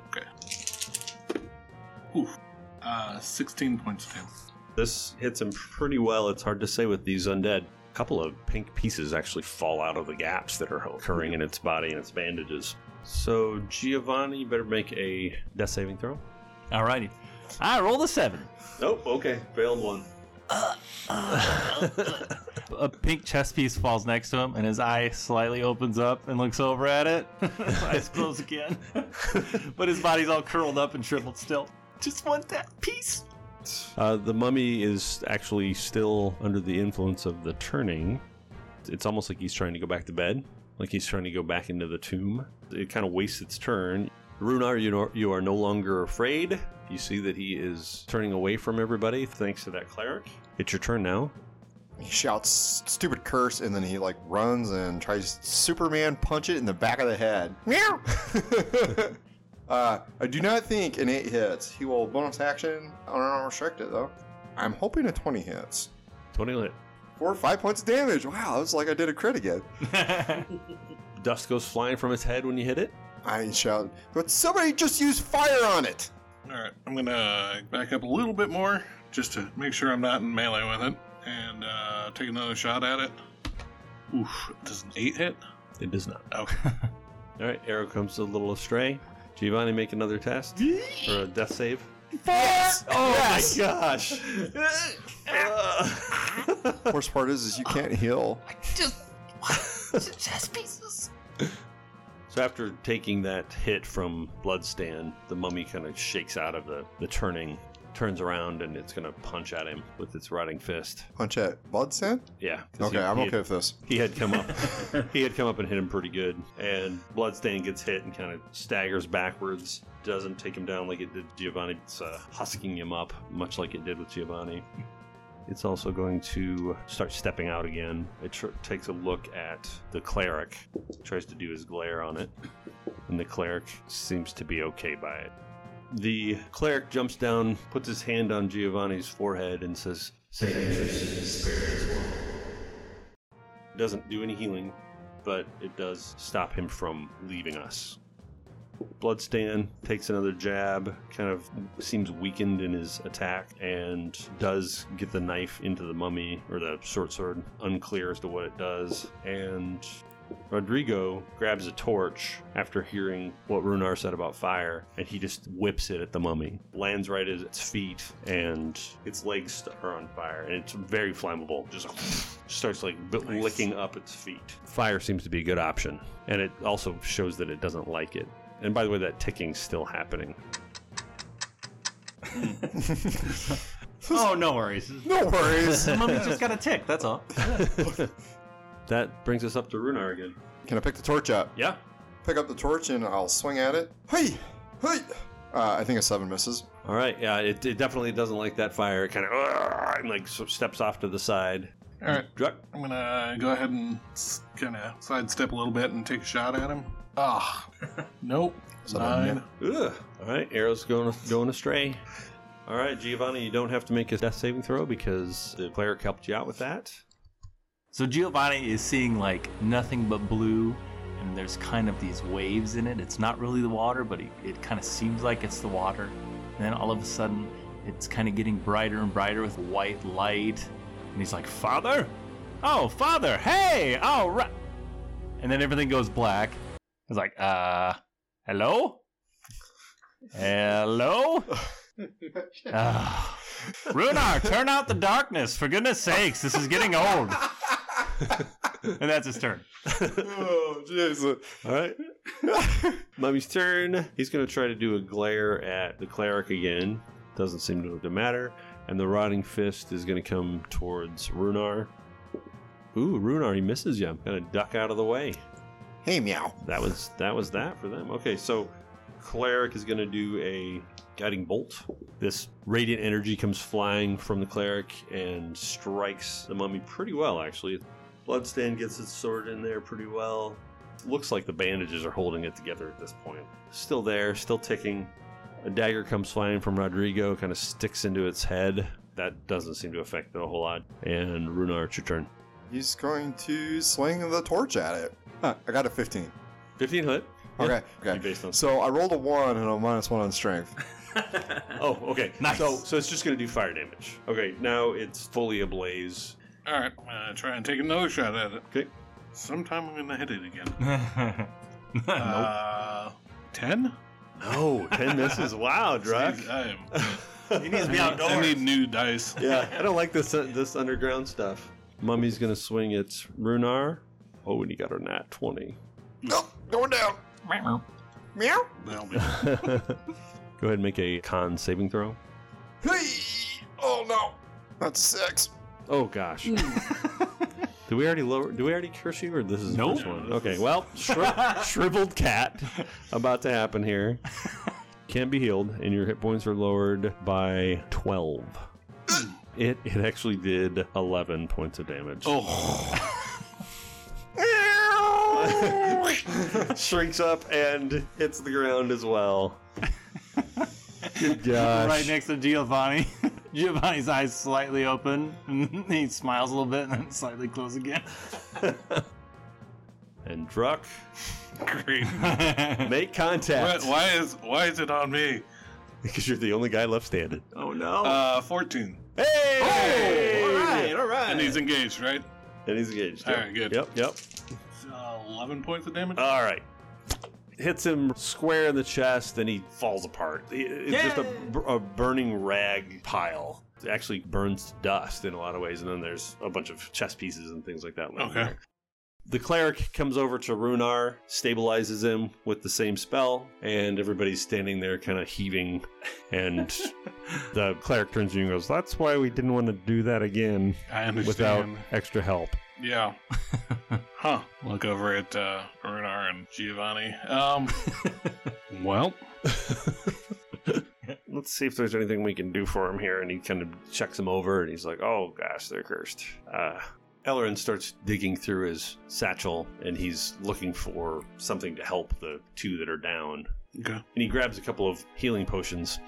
S4: Oof. Uh, 16 points of damage.
S2: This hits him pretty well. It's hard to say with these undead. A couple of pink pieces actually fall out of the gaps that are occurring in its body and its bandages. So, Giovanni, you better make a death saving throw.
S1: Alrighty. I rolled a seven.
S2: Nope. Okay. Failed one.
S1: A pink chess piece falls next to him, and his eye slightly opens up and looks over at it. His eyes close again, but his body's all curled up and shriveled still. Just want that piece.
S2: Uh, the mummy is actually still under the influence of the turning. It's almost like he's trying to go back to bed, like he's trying to go back into the tomb. It kind of wastes its turn. Runar, you, know, you are no longer afraid. You see that he is turning away from everybody thanks to that cleric. It's your turn now.
S3: He shouts stupid curse, and then he like runs and tries Superman punch it in the back of the head. Meow. uh, I do not think an eight hits. He will bonus action on an unrestricted though. I'm hoping a twenty hits.
S2: 20 lit.
S3: Four or five points of damage. Wow, it's like I did a crit again.
S2: Dust goes flying from its head when you hit it.
S3: I shout, but somebody just used fire on it.
S4: Alright, I'm gonna uh, back up a little bit more just to make sure I'm not in melee with it and uh, take another shot at it. Oof, does an 8 hit?
S2: It does not.
S4: Okay.
S2: All right, arrow comes a little astray. Giovanni, make another test for a death save. Oh my gosh! Uh,
S3: Worst part is, is you can't heal.
S2: So after taking that hit from Bloodstand, the mummy kind of shakes out of the, the turning turns around and it's gonna punch at him with its rotting fist.
S3: Punch at blood sand?
S2: Yeah. 'cause
S3: Okay,
S2: he-
S3: I'm
S2: he-
S3: okay with this.
S2: He had come up. he had come up and hit him pretty good. And Bloodstain gets hit and kind of staggers backwards. Doesn't take him down like it did Giovanni. It's uh, husking him up, much like it did with Giovanni. It's also going to start stepping out again. It tr- takes a look at the cleric, tries to do his glare on it, and the cleric seems to be okay by it. The cleric jumps down, puts his hand on Giovanni's forehead, and says, Say doesn't do any healing, but it does stop him from leaving us. Bloodstain takes another jab, kind of seems weakened in his attack, and does get the knife into the mummy or the short sword. Unclear as to what it does. And Rodrigo grabs a torch after hearing what Runar said about fire, and he just whips it at the mummy. Lands right at its feet, and its legs are on fire, and it's very flammable. Just starts like b- licking up its feet. Fire seems to be a good option, and it also shows that it doesn't like it. And by the way, that ticking's still happening.
S1: Oh, no worries.
S3: No worries.
S1: Mummy's just got a tick, that's all.
S2: That brings us up to Runar again.
S3: Can I pick the torch up?
S2: Yeah.
S3: Pick up the torch and I'll swing at it. Hey, hey. Uh, I think a seven misses.
S2: All right. Yeah. It, it definitely doesn't like that fire. It kind of and like sort of steps off to the side.
S4: All right,
S2: Druck.
S4: I'm gonna uh, go ahead and kind of sidestep a little bit and take a shot at him. Ah, nope.
S3: So then,
S4: Nine.
S2: Ugh. All right, arrows going going astray. All right, Giovanni, you don't have to make a death saving throw because the cleric helped you out with that.
S1: So Giovanni is seeing like nothing but blue, and there's kind of these waves in it. It's not really the water, but it, it kind of seems like it's the water. And then all of a sudden, it's kind of getting brighter and brighter with white light. And he's like, Father? Oh, Father, hey, all right. And then everything goes black. He's like, uh, hello? Hello? Ah. Runar, turn out the darkness. For goodness sakes, this is getting old. and that's his turn.
S3: Oh, Jesus.
S2: All right. Mummy's turn. He's going to try to do a glare at the cleric again. Doesn't seem to, to matter. And the rotting fist is going to come towards Runar. Ooh, Runar, he misses you. I'm going to duck out of the way.
S3: Hey, meow.
S2: That was that was that for them. Okay, so cleric is going to do a guiding bolt. This radiant energy comes flying from the cleric and strikes the mummy pretty well, actually. Bloodstand gets its sword in there pretty well. Looks like the bandages are holding it together at this point. Still there, still ticking. A dagger comes flying from Rodrigo, kind of sticks into its head. That doesn't seem to affect it a whole lot. And Runar, it's your turn.
S3: He's going to swing the torch at it. Huh, I got a 15.
S2: 15 hit.
S3: Okay,
S2: You
S3: okay.
S2: based on
S3: So I rolled a one and a minus one on strength.
S2: Oh, okay.
S1: Nice.
S2: So, so it's just going to do fire damage. Okay, now it's fully ablaze.
S4: All right, I'm gonna try and take another shot at it.
S2: Okay.
S4: Sometime I'm gonna hit it again.
S1: nope.
S4: Uh, ten.
S2: No, 10 misses. Wow,
S4: Jeez, I
S2: he
S1: needs to be
S4: am. I
S1: outdoors.
S4: need new dice.
S2: yeah, I don't like this uh, this underground stuff. Mummy's going to swing its Runar. Oh, and he got a nat 20.
S3: No, going down. Meow.
S4: That'll be.
S2: Go ahead and make a con saving throw.
S3: Hey. Oh, no. That's a six.
S2: Oh gosh.
S4: Hmm.
S2: Do we already lower? Do we already curse you, or this is the
S1: Nope.
S2: first one? Okay. Well, shri- shriveled cat, about to happen here. Can't be healed, and your hit points are lowered by twelve. It it actually did eleven points of damage.
S4: Oh,
S2: shrinks up and hits the ground as well. Good gosh.
S1: Right next to Giovanni. Giovanni's eyes slightly open, and he smiles a little bit, and then slightly close again.
S2: and Druck,
S4: great.
S2: make
S4: Why,
S2: contact
S4: why is why is it on me?
S2: because you're the only guy left standing. Oh no!
S4: Uh, fourteen.
S2: hey!
S4: all
S2: right, all right.
S4: And he's engaged, right?
S2: And he's engaged.
S4: All
S2: yep.
S4: right, good.
S2: Yep, yep.
S4: Uh, Eleven points of damage.
S2: All right. Hits him square in the chest, and he falls apart. He- It's just a, bur- a burning rag pile. It actually burns to dust in a lot of ways, and then there's a bunch of chess pieces and things like that. laying
S4: Okay.
S2: there. The cleric comes over to Runar, stabilizes him with the same spell, and everybody's standing there kind of heaving. And the cleric turns to you and goes, That's why we didn't want to do that again
S4: I
S2: without
S4: understand.
S2: extra help.
S4: Yeah. huh. Look over at uh, Runar and Giovanni. Um. well,
S2: Let's see if there's anything we can do for him here. And he kind of checks him over and he's like, Oh gosh, they're cursed. Uh, Ellerin starts digging through his satchel and he's looking for something to help the two that are down.
S4: okay.
S2: and he grabs a couple of healing potions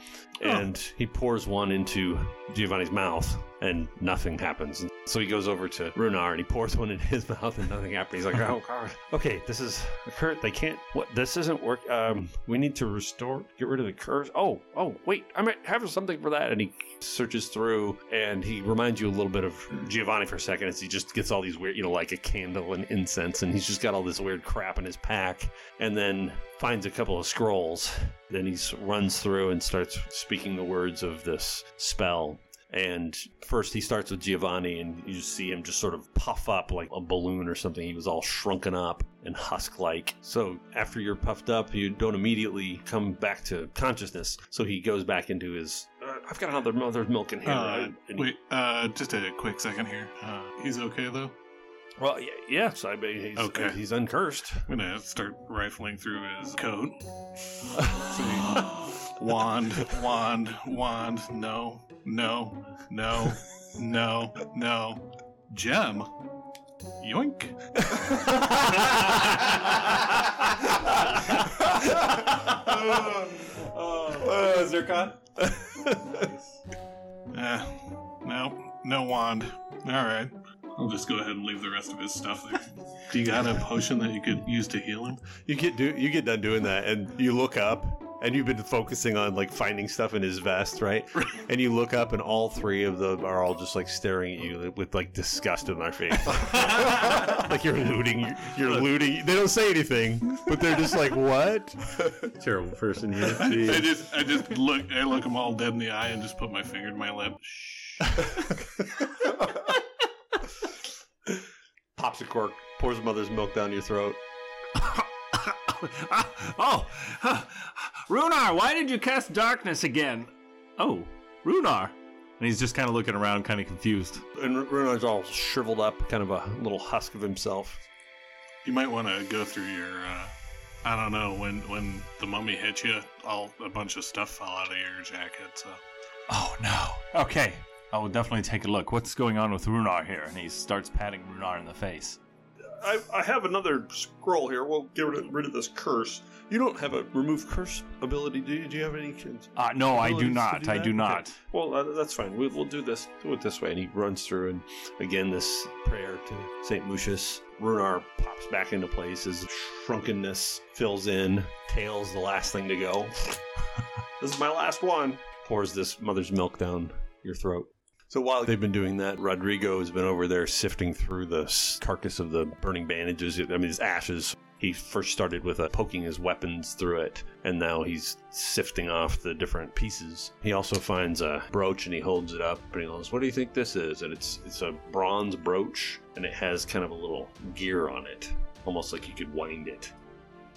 S2: and he pours one into Giovanni's mouth and nothing happens. And so he goes over to Runar and he pours one in his mouth and nothing happens. He's like, oh god, okay, this is a curse. They can't. What? This isn't work. Um, we need to restore, get rid of the curse. Oh, oh, wait, I might have something for that. And he searches through and he reminds you a little bit of Giovanni for a second as he just gets all these weird, you know, like a candle and incense, and he's just got all this weird crap in his pack and then finds a couple of scrolls. Then he s- runs through and starts speaking the words of this spell. And first, he starts with Giovanni, and you just see him just sort of puff up like a balloon or something. He was all shrunken up and husk like. So, after you're puffed up, you don't immediately come back to consciousness. So, he goes back into his uh, I've got another mother's milk in here.
S4: Uh,
S2: And he-
S4: wait. Uh, just a quick second here. Uh, he's okay though.
S2: Well, y- yes, I mean, he's,
S4: Okay.
S2: he's uncursed.
S4: I'm gonna start rifling through his coat. See. wand, wand, wand. No, no, no, no, no. Gem. Yoink.
S3: Oh.
S2: uh, Zircon?
S4: Eh, no, no wand. All right. I'll just go ahead and leave the rest of his stuff there. Do you got a potion that you could use to heal him?
S2: You get do you get done doing that, and you look up, and you've been focusing on like finding stuff in his vest, right? and you look up, and all three of them are all just like staring at you with like disgust in their face, like you're looting. You're looting. They don't say anything, but they're just like, "What?"
S5: Terrible person
S4: I, I
S5: here.
S4: just, I just look, I look them all dead in the eye and just put my finger to my lip. Shh.
S2: Pops a cork, pours mother's milk down your throat.
S6: oh, Runar, why did you cast darkness again? Oh, Runar. And he's just kind of looking around, kind of confused.
S2: And R- Runar's all shriveled up, kind of a little husk of himself.
S4: You might want to go through your, uh, I don't know, when when the mummy hit you, all a bunch of stuff fell out of your jacket. So
S6: Oh no. Okay, I will definitely take a look. What's going on with Runar here? And he starts patting Runar in the face.
S2: I, I have another scroll here. We'll get rid of, rid of this curse. You don't have a remove curse ability, do you? Do you have any? kids?
S6: Uh, no, I do
S2: Abilities to
S6: not.
S2: do
S6: I
S2: that?
S6: do
S2: Okay.
S6: not.
S2: Well, uh, that's fine. We, we'll do this. Do it this way. And he runs through, and again, this prayer to Saint Lucius. Runar pops back into place. His shrunkenness fills in. Tail's the last thing to go. this is my last one. Pours this mother's milk down your throat. So while they've been doing that, Rodrigo has been over there sifting through the s- carcass of the burning bandages. I mean, his ashes. He first started with uh, poking his weapons through it, and now he's sifting off the different pieces. He also finds a brooch and he holds it up and he goes, "What do you think this is?" And it's it's a bronze brooch, and it has kind of a little gear on it, almost like you could wind it.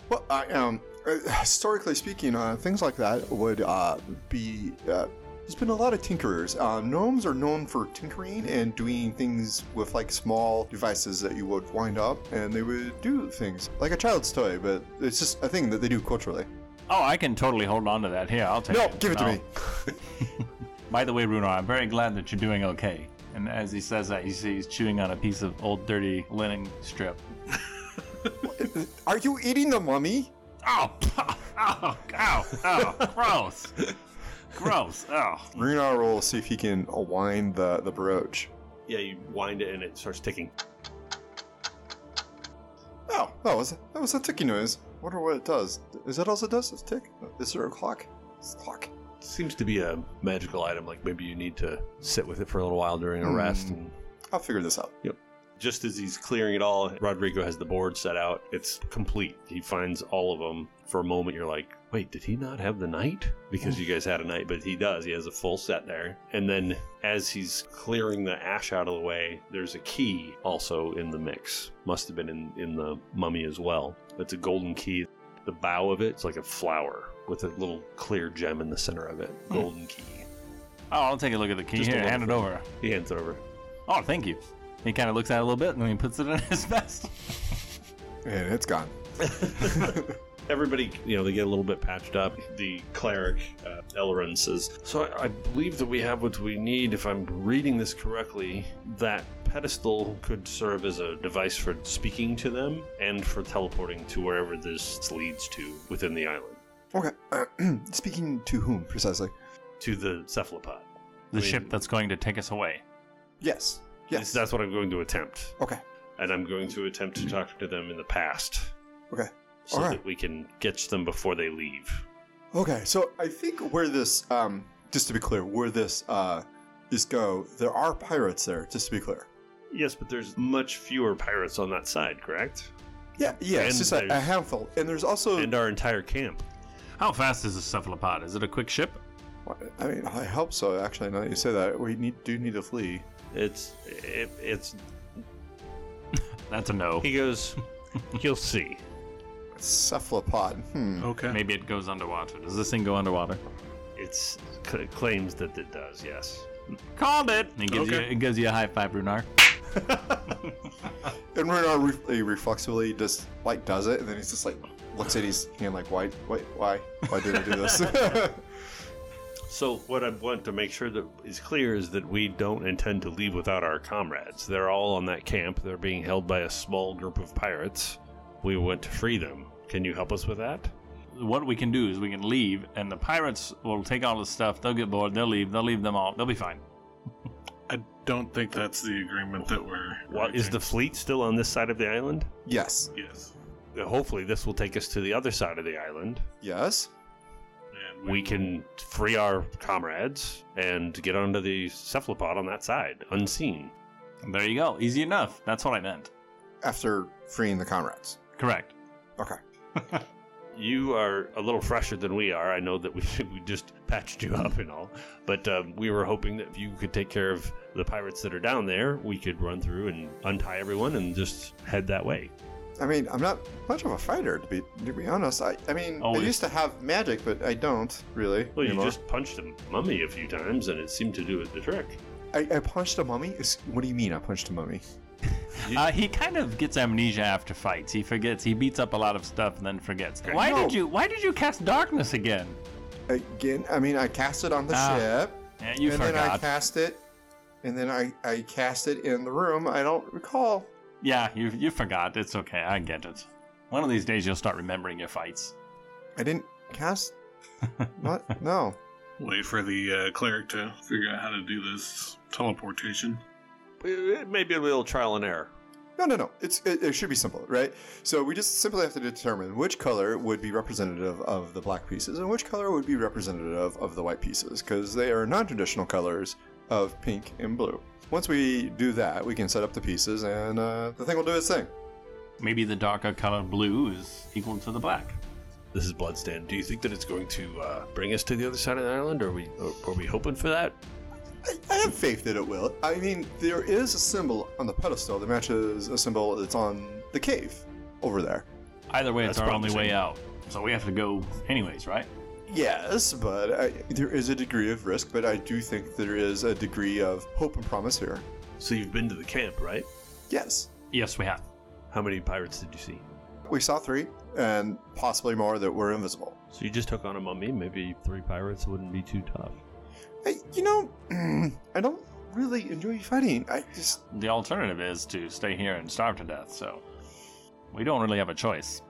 S3: Well, I, um, uh, historically speaking, uh, things like that would uh, be. Uh, there's been a lot of tinkerers. Uh, gnomes are known for tinkering and doing things with like small devices that you would wind up, and they would do things like a child's toy, but it's just a thing that they do culturally.
S6: Oh, I can totally hold on to that. Here, I'll take
S3: No,
S6: it.
S3: give it to
S6: No.
S3: me.
S6: By the way, Runar, I'm very glad that you're doing okay. And as he says that, you see he's chewing on a piece of old, dirty linen strip.
S3: Are you eating the mummy?
S6: Oh, oh, ow, oh, gross. Gross. Oh.
S3: Runar will see if he can uh, wind the, the brooch.
S2: Yeah, you wind it and it starts ticking.
S3: Oh, that was that was a ticking noise. Wonder what it does. Is that all it does? It's tick. Is there a clock? It's a clock.
S2: seems to be a magical item. Like maybe you need to sit with it for a little while during a rest.
S3: Hmm.
S2: And
S3: I'll figure this out.
S2: just as he's clearing it all, Rodrigo has the board set out. It's complete. He finds all of them. for a moment you're like, wait, did he not have the knight? Because you guys had a knight, but he does. He has a full set there. And then as he's clearing the ash out of the way, there's a key also in the mix. Must have been in, in the mummy as well. It's a golden key. The bow of it, it's like a flower with a little clear gem in the center of it. Golden key.
S1: Oh, I'll take a look at the key
S2: Just a
S1: here.
S2: little
S1: Hand it over.
S2: He hands it over.
S1: Oh, thank you. He kind of looks at it a little bit and then he puts it in his vest.
S3: And it's gone.
S2: Everybody, you know, they get a little bit patched up. The cleric, uh, Elrin, says, So I, I believe that we have what we need. If I'm reading this correctly, that pedestal could serve as a device for speaking to them and for teleporting to wherever this leads to within the island,
S3: Okay. speaking to whom precisely?
S2: to the cephalopod.
S1: The
S2: I mean-
S1: ship that's going to take us away.
S3: Yes. Yes.
S2: That's what I'm going to attempt.
S3: okay.
S2: And I'm going to attempt to talk to them in the past.
S3: Okay.
S2: So
S3: All right.
S2: that we can get to them before they leave.
S3: Okay, so I think where this, um, just to be clear, where this, uh, this go, there are pirates there. Just to be clear.
S2: Yes, but there's much fewer pirates on that side, correct?
S3: Yeah, yeah,
S2: And
S3: it's just a, a
S2: there's-
S3: handful, and there's also.
S2: And our entire camp.
S1: How fast is a cephalopod? Is it a quick ship?
S3: I mean, I hope so. Actually, now that you say that, we need do need to flee.
S2: It's it, it's.
S1: That's a no.
S2: He goes. You'll see.
S3: Cephalopod. Hmm.
S4: Okay.
S1: Maybe it goes underwater. Does this thing go underwater?
S2: It's c- claims that it does. Yes.
S1: Called it. It gives
S4: Okay.
S1: you it gives you a high five, Runar.
S3: And Renard re- he reflexively just like does it, and then he's just like looks at his hand like, why, why, why, why did I do this?
S2: So what I want to make sure that is clear is that we don't intend to leave without our comrades. They're all on that camp. They're being held by a small group of pirates. We want to free them. Can you help us with that?
S1: What we can do is we can leave, and the pirates will take all the stuff. They'll get bored. They'll leave. They'll leave them all. They'll be fine.
S4: I don't think that's the agreement that we're.
S2: What is the fleet still on this side of the island?
S3: yes,
S4: Yes.
S2: Hopefully, this will take us to the other side of the island.
S3: yes.
S4: And
S2: we can free our comrades and get onto the cephalopod on that side, unseen.
S1: There you go. Easy enough. That's what I meant.
S3: After freeing the comrades.
S1: Correct.
S3: Okay.
S2: You are a little fresher than we are. I know that we, we just patched you up and all, but um, we were hoping that if you could take care of the pirates that are down there, we could run through and untie everyone and just head that way.
S3: I mean, I'm not much of a fighter to be to be honest. I, I mean,
S1: Always.
S3: I used to have magic, but I don't really.
S2: Well, you
S3: anymore.
S2: just punched a mummy a few times, and it seemed to do the trick.
S3: I, I punched a mummy. Is- What do you mean? I punched a mummy?
S1: Uh, he kind of gets amnesia after fights. He forgets. He beats up a lot of stuff and then forgets. Why
S3: No.
S1: did you? Why did you cast darkness again?
S3: Again, I mean, I cast it on the
S1: Ah,
S3: ship,
S1: Yeah, you
S3: and then I
S1: forgot.
S3: cast it, and then I, I cast it in the room. I don't recall.
S1: yeah, you you forgot. It's okay. I get it. One of these days you'll start remembering your fights.
S3: I didn't cast. what? No.
S4: wait for the uh, cleric to figure out how to do this teleportation.
S2: Maybe a little trial and error.
S3: No, no, no. It's it, it should be simple, right? So we just simply have to determine which color would be representative of the black pieces and which color would be representative of the white pieces, because they are non-traditional colors of pink and blue. Once we do that, we can set up the pieces, and uh, the thing will do its thing.
S1: Maybe the darker color blue is equal to the black.
S2: This is Bloodstand. Do you think that it's going to uh, bring us to the other side of the island? Or are we, are we hoping for that?
S3: I, I have faith that it will. I mean, there is a symbol on the pedestal that matches a symbol that's on the cave over there.
S1: Either way, it's
S2: That's
S1: our only
S2: promising.
S1: way out. So we have to go anyways, right?
S3: Yes, but I, there is a degree of risk, but I do think there is a degree of hope and promise here.
S2: So you've been to the camp, right?
S3: Yes.
S1: Yes, we have.
S2: How many pirates did you see?
S3: We saw three, and possibly more that were invisible.
S2: So you just took on a mummy. Maybe three pirates wouldn't be too tough.
S3: I, you know, I don't really enjoy fighting. I just.
S1: The alternative is to stay here and starve to death, so we don't really have a choice.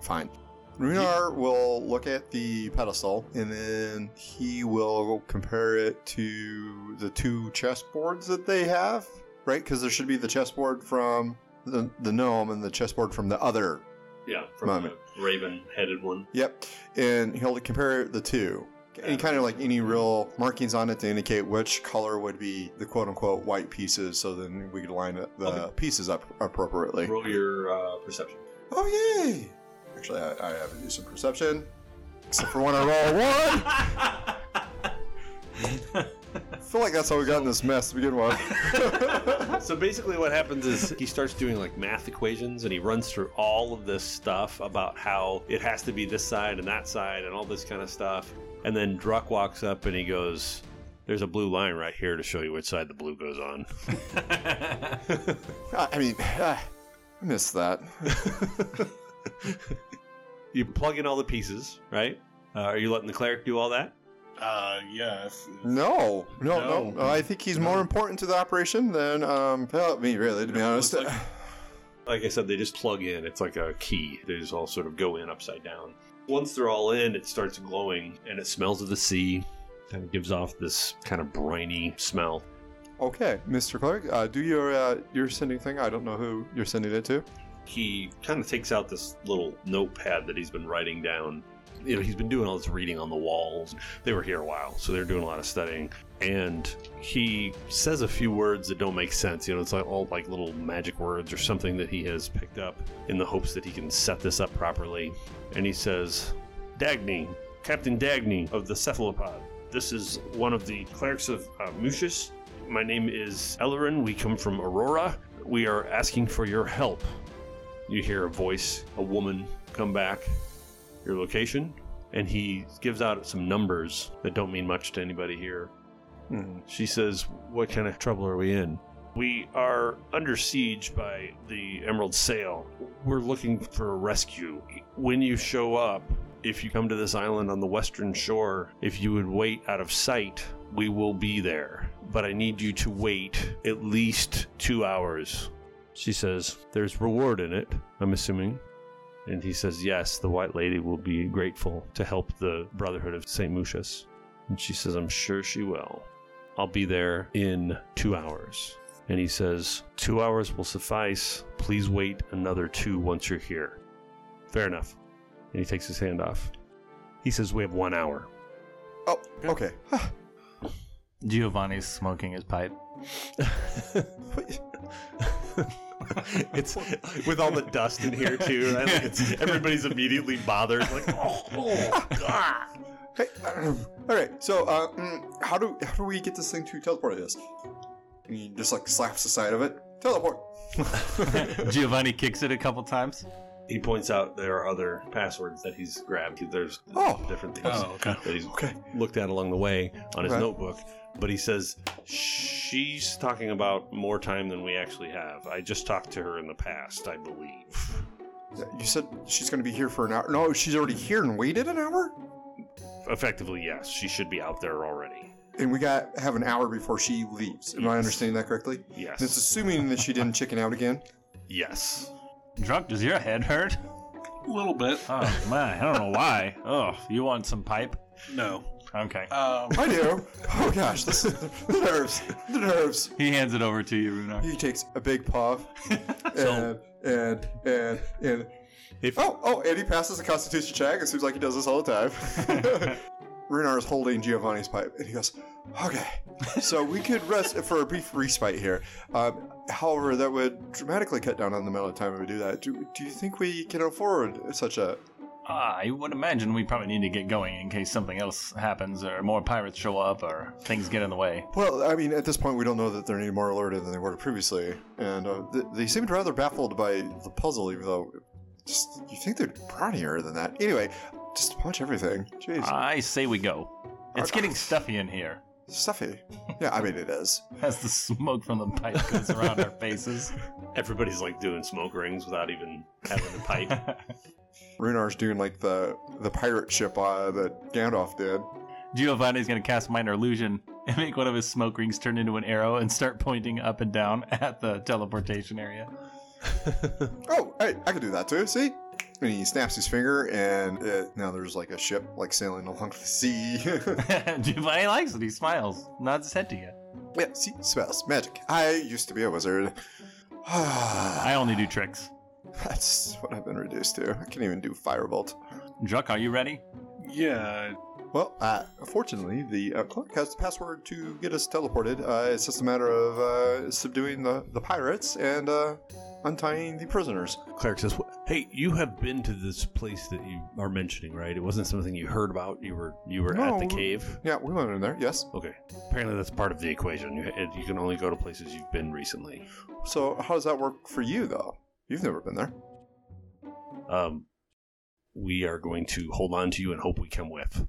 S3: Fine. Runar will look at the pedestal and then he will compare it to the two chessboards that they have, right? Because there should be the chessboard from the, the gnome and the chessboard from the other.
S2: Yeah,
S3: from Mummy.
S2: raven-headed one.
S3: Yep. And he'll compare the two. Any kind of like any real markings on it to indicate which color would be the quote unquote white pieces, so then we could line up the
S2: Okay.
S3: pieces up appropriately.
S2: Roll your uh, perception.
S3: Oh, yay! Actually, I, I have to do some perception. Except for when I roll a one. I feel like that's how we got in this mess to begin with.
S2: So basically, what happens is he starts doing like math equations and he runs through all of this stuff about how it has to be this side and that side and all this kind of stuff. And then Druck walks up and he goes, There's a blue line right here to show you which side the blue goes on.
S3: I I mean, ah, I missed that.
S2: You plug in all the pieces, right? Uh, are you letting the cleric do all that?
S4: Uh, yeah. If, if-
S3: No, no, no.
S4: No.
S3: Uh, I think he's more important to the operation than um, well, me, really, to be honest.
S4: looks
S2: Like I said, they just plug in. It's like a key. They just all sort of go in upside down. Once they're all in, it starts glowing and it smells of the sea. Kind of gives off this kind of briny smell.
S3: okay, Mr. Clerk, uh, do your uh, your sending thing. I don't know who you're sending it to.
S2: he kind of takes out this little notepad that he's been writing down. You know, he's been doing all this reading on the walls. They were here a while, so they're doing a lot of studying. And he says a few words that don't make sense. You know, it's like all like little magic words or something that he has picked up in the hopes that he can set this up properly. And he says, Dagny, Captain Dagny of the Cephalopod. This is one of the clerics of uh, Mucius. My name is Ellerin. We come from Aurora. We are asking for your help. You hear a voice, a woman, come back, your location, and he gives out some numbers that don't mean much to anybody here.
S3: Hmm.
S2: She says, What kind of trouble are we in? We are under siege by the Emerald Sail. We're looking for a rescue. When you show up, if you come to this island on the western shore, if you would wait out of sight, we will be there. But I need you to wait at least two hours. She says, There's reward in it, I'm assuming. And he says, Yes, the White Lady will be grateful to help the Brotherhood of St. Mucius. And she says, I'm sure she will. I'll be there in two hours. And he says, Two hours will suffice. Please wait another two once you're here. Fair enough. And he takes his hand off. He says, We have one hour.
S3: Oh, okay.
S1: Giovanni's smoking his pipe.
S2: it's with all the dust in here too. Right? Like it's, everybody's immediately bothered. Like, oh, oh God.
S3: Hey, all right. So, uh, mm, how do how do we get this thing to teleport us? And he just like slaps the side of it. Teleport.
S1: Giovanni kicks it a couple times.
S2: He points out there are other passwords that he's grabbed. There's
S3: Oh.
S2: different things
S4: oh, okay.
S2: that he's
S3: Okay.
S2: looked at along the way on his
S3: Right.
S2: notebook. But he says she's talking about more time than we actually have. I just talked to her in the past, I believe.
S3: Yeah, You said she's going to be here for an hour. No, she's already here and waited an hour.
S2: Effectively, yes, she should be out there already.
S3: And we got have an hour before she leaves. Am I understanding that correctly?
S2: Yes.
S3: That's assuming that she didn't chicken out again.
S2: yes.
S1: Drunk, does your head hurt?
S4: A little bit.
S1: Oh man, I don't know why. Oh, you want some pipe?
S4: No.
S1: Okay.
S4: Um,
S3: I do. Oh gosh, this is the nerves. The nerves.
S1: He hands it over to you, Runar.
S3: He takes a big puff, and and and and.
S2: If-
S3: oh, oh, and he passes a constitution check. It seems like he does this all the time. Runar is holding Giovanni's pipe, and he goes, "Okay, so we could rest for a brief respite here. Um, however, that would dramatically cut down on the amount of time we do that. Do, do you think we can afford such a
S1: Ah, I would imagine we probably need to get going in case something else happens or more pirates show up or things get in the way.
S3: Well, I mean, at this point, we don't know that they're any more alerted than they were previously, and uh, th- they seemed rather baffled by the puzzle, even though just you think they're brawnier than that. Anyway, just punch everything. Jeez,
S1: I say we go. It's getting stuffy in here
S3: stuffy. Yeah, I mean it is.
S1: as the smoke from the pipe goes around our faces.
S2: Everybody's like doing smoke rings without even having a pipe.
S3: Runar's doing like the the pirate ship uh, that Gandalf did.
S1: Giovanni's gonna cast minor illusion and make one of his smoke rings turn into an arrow and start pointing up and down at the teleportation area.
S3: Oh, hey, I could do that too. See. And he snaps his finger, and uh, now there's like a ship like sailing along the sea.
S1: Giovanni likes it. He smiles, nods his head to you.
S3: yeah, see, spells, magic. I used to be a wizard.
S1: I only do tricks.
S3: That's what I've been reduced to. I can't even do firebolt.
S1: Druck, are you ready?
S4: yeah.
S3: Well, uh, fortunately, the uh, clerk has the password to get us teleported. Uh, it's just a matter of uh, subduing the, the pirates and uh, untying the prisoners.
S2: Cleric says, "Hey, you have been to this place that you are mentioning, right? It wasn't something you heard about. You were you were at the
S3: No.
S2: cave.
S3: Yeah, we went in there, yes.
S2: Okay. Apparently, that's part of the equation. You, it- you can only go to places you've been recently.
S3: So how does that work for you though? You've never been there.
S2: Um, we are going to hold on to you and hope we come with.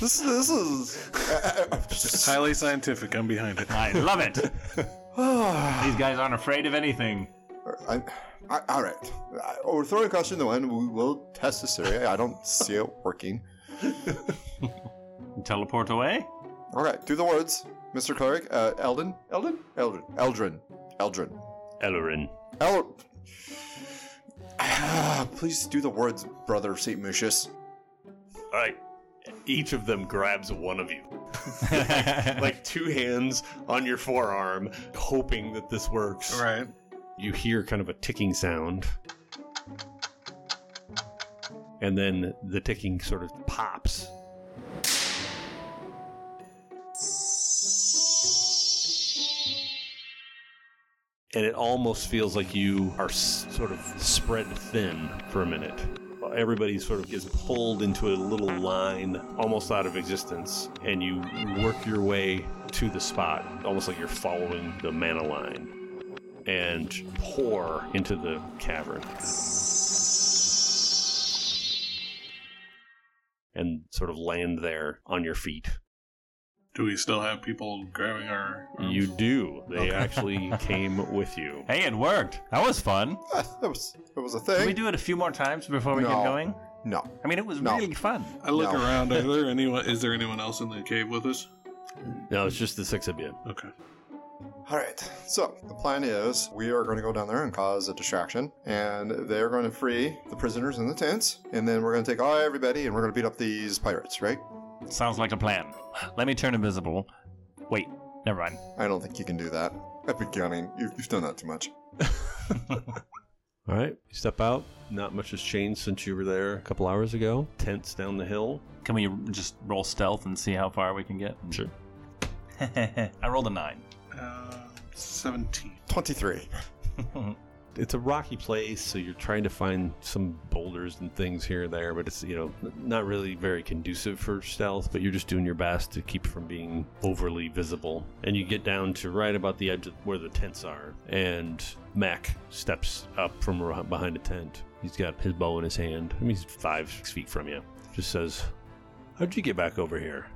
S3: This this is
S4: It's highly scientific. I'm behind it.
S1: I love it.
S3: I,
S1: These guys aren't afraid of anything.
S3: I, all right. I, we're throwing caution to the wind. We will test this area. I don't see it working.
S1: Teleport away?
S3: All right, through the woods, Mr. Cleric. Uh, Eldon, Eldon, Eldrin, Eldrin, Eldrin,
S2: Ellerin.
S3: El. Please do the words, brother Saint Mucius.
S2: All right. Each of them grabs one of you,
S1: like,
S2: like two hands on your forearm, hoping that this works.
S4: All right.
S2: you hear kind of a ticking sound. And then the ticking sort of pops. And it almost feels like you are s- sort of spread thin for a minute. Everybody sort of gets pulled into a little line, almost out of existence, and you work your way to the spot, almost like you're following the mana line and pour into the cavern. And sort of land there on your feet.
S4: Do we still have people grabbing our? um, arms?
S2: You do. They actually came with you.
S1: hey, it worked. That was fun.
S3: Ah, that was that was a
S1: Can
S3: thing.
S1: we do it a few more times before we
S3: No.
S1: get going?
S3: no,
S1: I mean, it was
S3: No.
S1: really fun.
S4: I look
S3: No.
S4: around. Are there anyone? Is there anyone else in the cave with us?
S2: No, it's just the six of you.
S4: Okay.
S3: All right. So the plan is we are going to go down there and cause a distraction, and they're going to free the prisoners in the tents, and then we're going to take all everybody, and we're going to beat up these pirates, right?
S1: Sounds like a plan. Let me turn invisible. Wait, never mind.
S3: I don't think you can do that. I've been counting. You've, you've done that too much.
S2: All right, you step out. Not much has changed since you were there a couple hours ago. Tents down the hill.
S1: Can we just roll stealth and see how far we can get? Sure. I rolled a nine.
S4: Uh, Seventeen.
S3: Twenty-three.
S2: It's a rocky place, so you're trying to find some boulders and things here and there, but it's, you know, n- not really very conducive for stealth, but you're just doing your best to keep from being overly visible. And you get down to right about the edge of where the tents are, and Mac steps up from ar- behind a tent. He's got his bow in his hand. I mean, he's five, six feet from you. Just says, How'd you get back over here?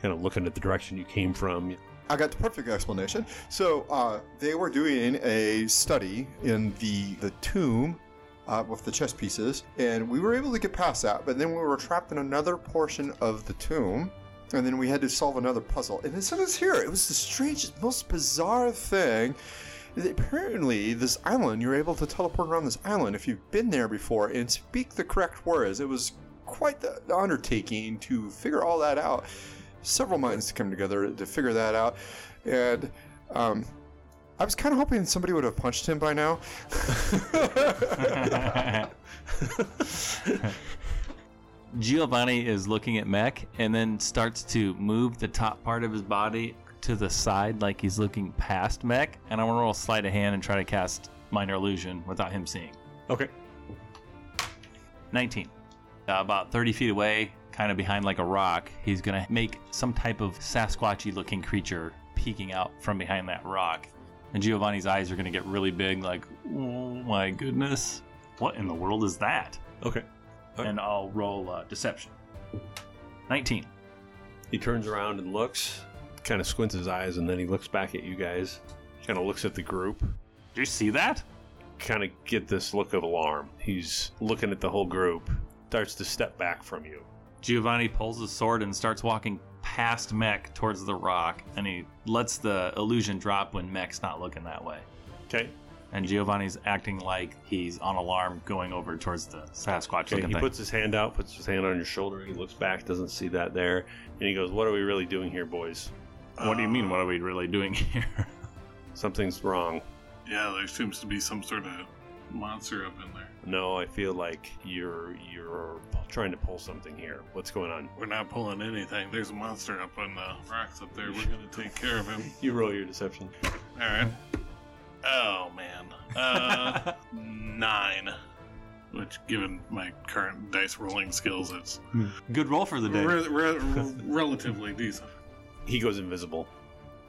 S2: Kind of looking at the direction you came from.
S3: I got the perfect explanation. So uh, they were doing a study in the the tomb uh, with the chess pieces, and we were able to get past that. But then we were trapped in another portion of the tomb, and then we had to solve another puzzle. And it sent us here. It was the strangest, most bizarre thing. Apparently, this island, you're able to teleport around this island if you've been there before and speak the correct words. It was quite the the undertaking to figure all that out. Several minds to come together to figure that out. And um, I was kind of hoping somebody would have punched him by now.
S1: Giovanni is looking at Mech and then starts to move the top part of his body to the side like he's looking past Mech. And I want to roll sleight of hand and try to cast Minor Illusion without him seeing.
S2: Okay.
S1: 19. Uh, about 30 feet away, kind of behind like a rock, he's going to make some type of Sasquatchy looking creature peeking out from behind that rock. And Giovanni's eyes are going to get really big, like, oh my goodness, what in the world is that?
S2: Okay.
S1: And I'll roll uh, Deception. 19.
S2: He turns around and looks, kind of squints his eyes, and then he looks back at you guys, kind of looks at the group,
S1: Do you see that?
S2: kind of get this look of alarm. He's looking at the whole group, starts to step back from you.
S1: Giovanni pulls his sword and starts walking past Mech towards the rock, and he lets the illusion drop when Mech's not looking that way.
S2: Okay.
S1: And Giovanni's acting like he's on alarm going over towards the Sasquatch
S2: Okay,
S1: looking
S2: he
S1: thing.
S2: puts his hand out, puts his hand on your shoulder. He looks back, doesn't see that there, and he goes, "What are we really doing here, boys?
S1: what do you mean, what are we really doing here?
S2: Something's wrong.
S4: Yeah, there seems to be some sort of monster up in there.
S2: No, I feel like you're you're trying to pull something here. What's going on?"
S4: We're not pulling anything. There's a monster up on the rocks up there. We're gonna take care of him.
S2: You roll your deception.
S4: All right. Oh man. Uh, nine. Which, given my current dice rolling skills, it's
S1: Good roll for the day.
S4: re- re- relatively decent.
S2: He goes invisible.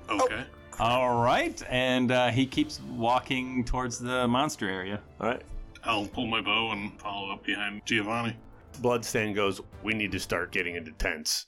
S1: Oh.
S4: Okay.
S1: All right, and uh, he keeps walking towards the monster area.
S2: All right.
S4: I'll pull my bow and follow up behind Giovanni.
S2: Bloodstain goes, We need to start getting into tents.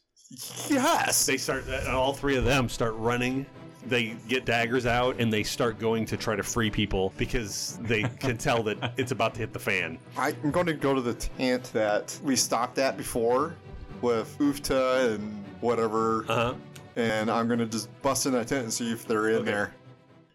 S3: Yes.
S2: They start, and all three of them start running. They get daggers out and they start going to try to free people because they can tell that it's about to hit the fan.
S3: I'm going to go to the tent that we stopped at before with Ufta and whatever,
S2: Uh huh.
S3: and I'm going to just bust in that tent and see if they're in
S2: Okay.
S3: there.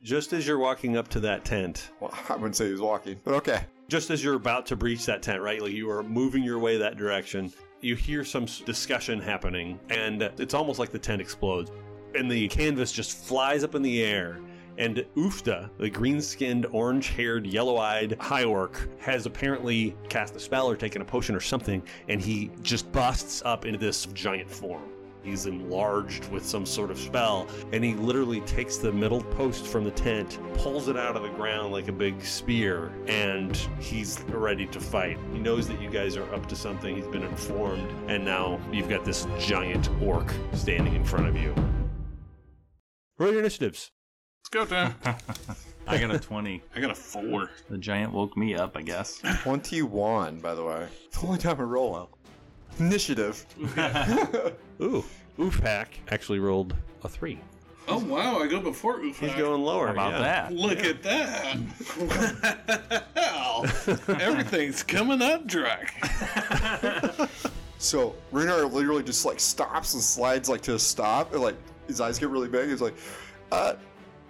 S2: Just as you're walking up to that tent,
S3: Well, I wouldn't say he's walking, but okay.
S2: just as you're about to breach that tent, right? Like you are moving your way that direction, you hear some s- discussion happening, and it's almost like the tent explodes, and the canvas just flies up in the air. And Ufta, the green skinned, orange haired, yellow eyed high orc, has apparently cast a spell or taken a potion or something, and he just busts up into this giant form. He's enlarged with some sort of spell, and he literally takes the middle post from the tent, pulls it out of the ground like a big spear, and he's ready to fight. He knows that you guys are up to something, he's been informed, and now you've got this giant orc standing in front of you. Roll your initiatives.
S4: Let's go, time.
S1: I got a 20.
S4: I got a four.
S1: The giant woke me up, I guess.
S3: 21, by the way. It's the only time I roll out. Initiative.
S2: Ooh, Oofak actually rolled a three.
S4: Oh wow! I go before Ufa.
S2: He's going lower.
S1: How about
S2: yeah.
S1: that?
S4: Look at that! Wow. Everything's coming up, Drac.
S3: So Renar literally just like stops and slides like to a stop, and like his eyes get really big. He's like, "Uh,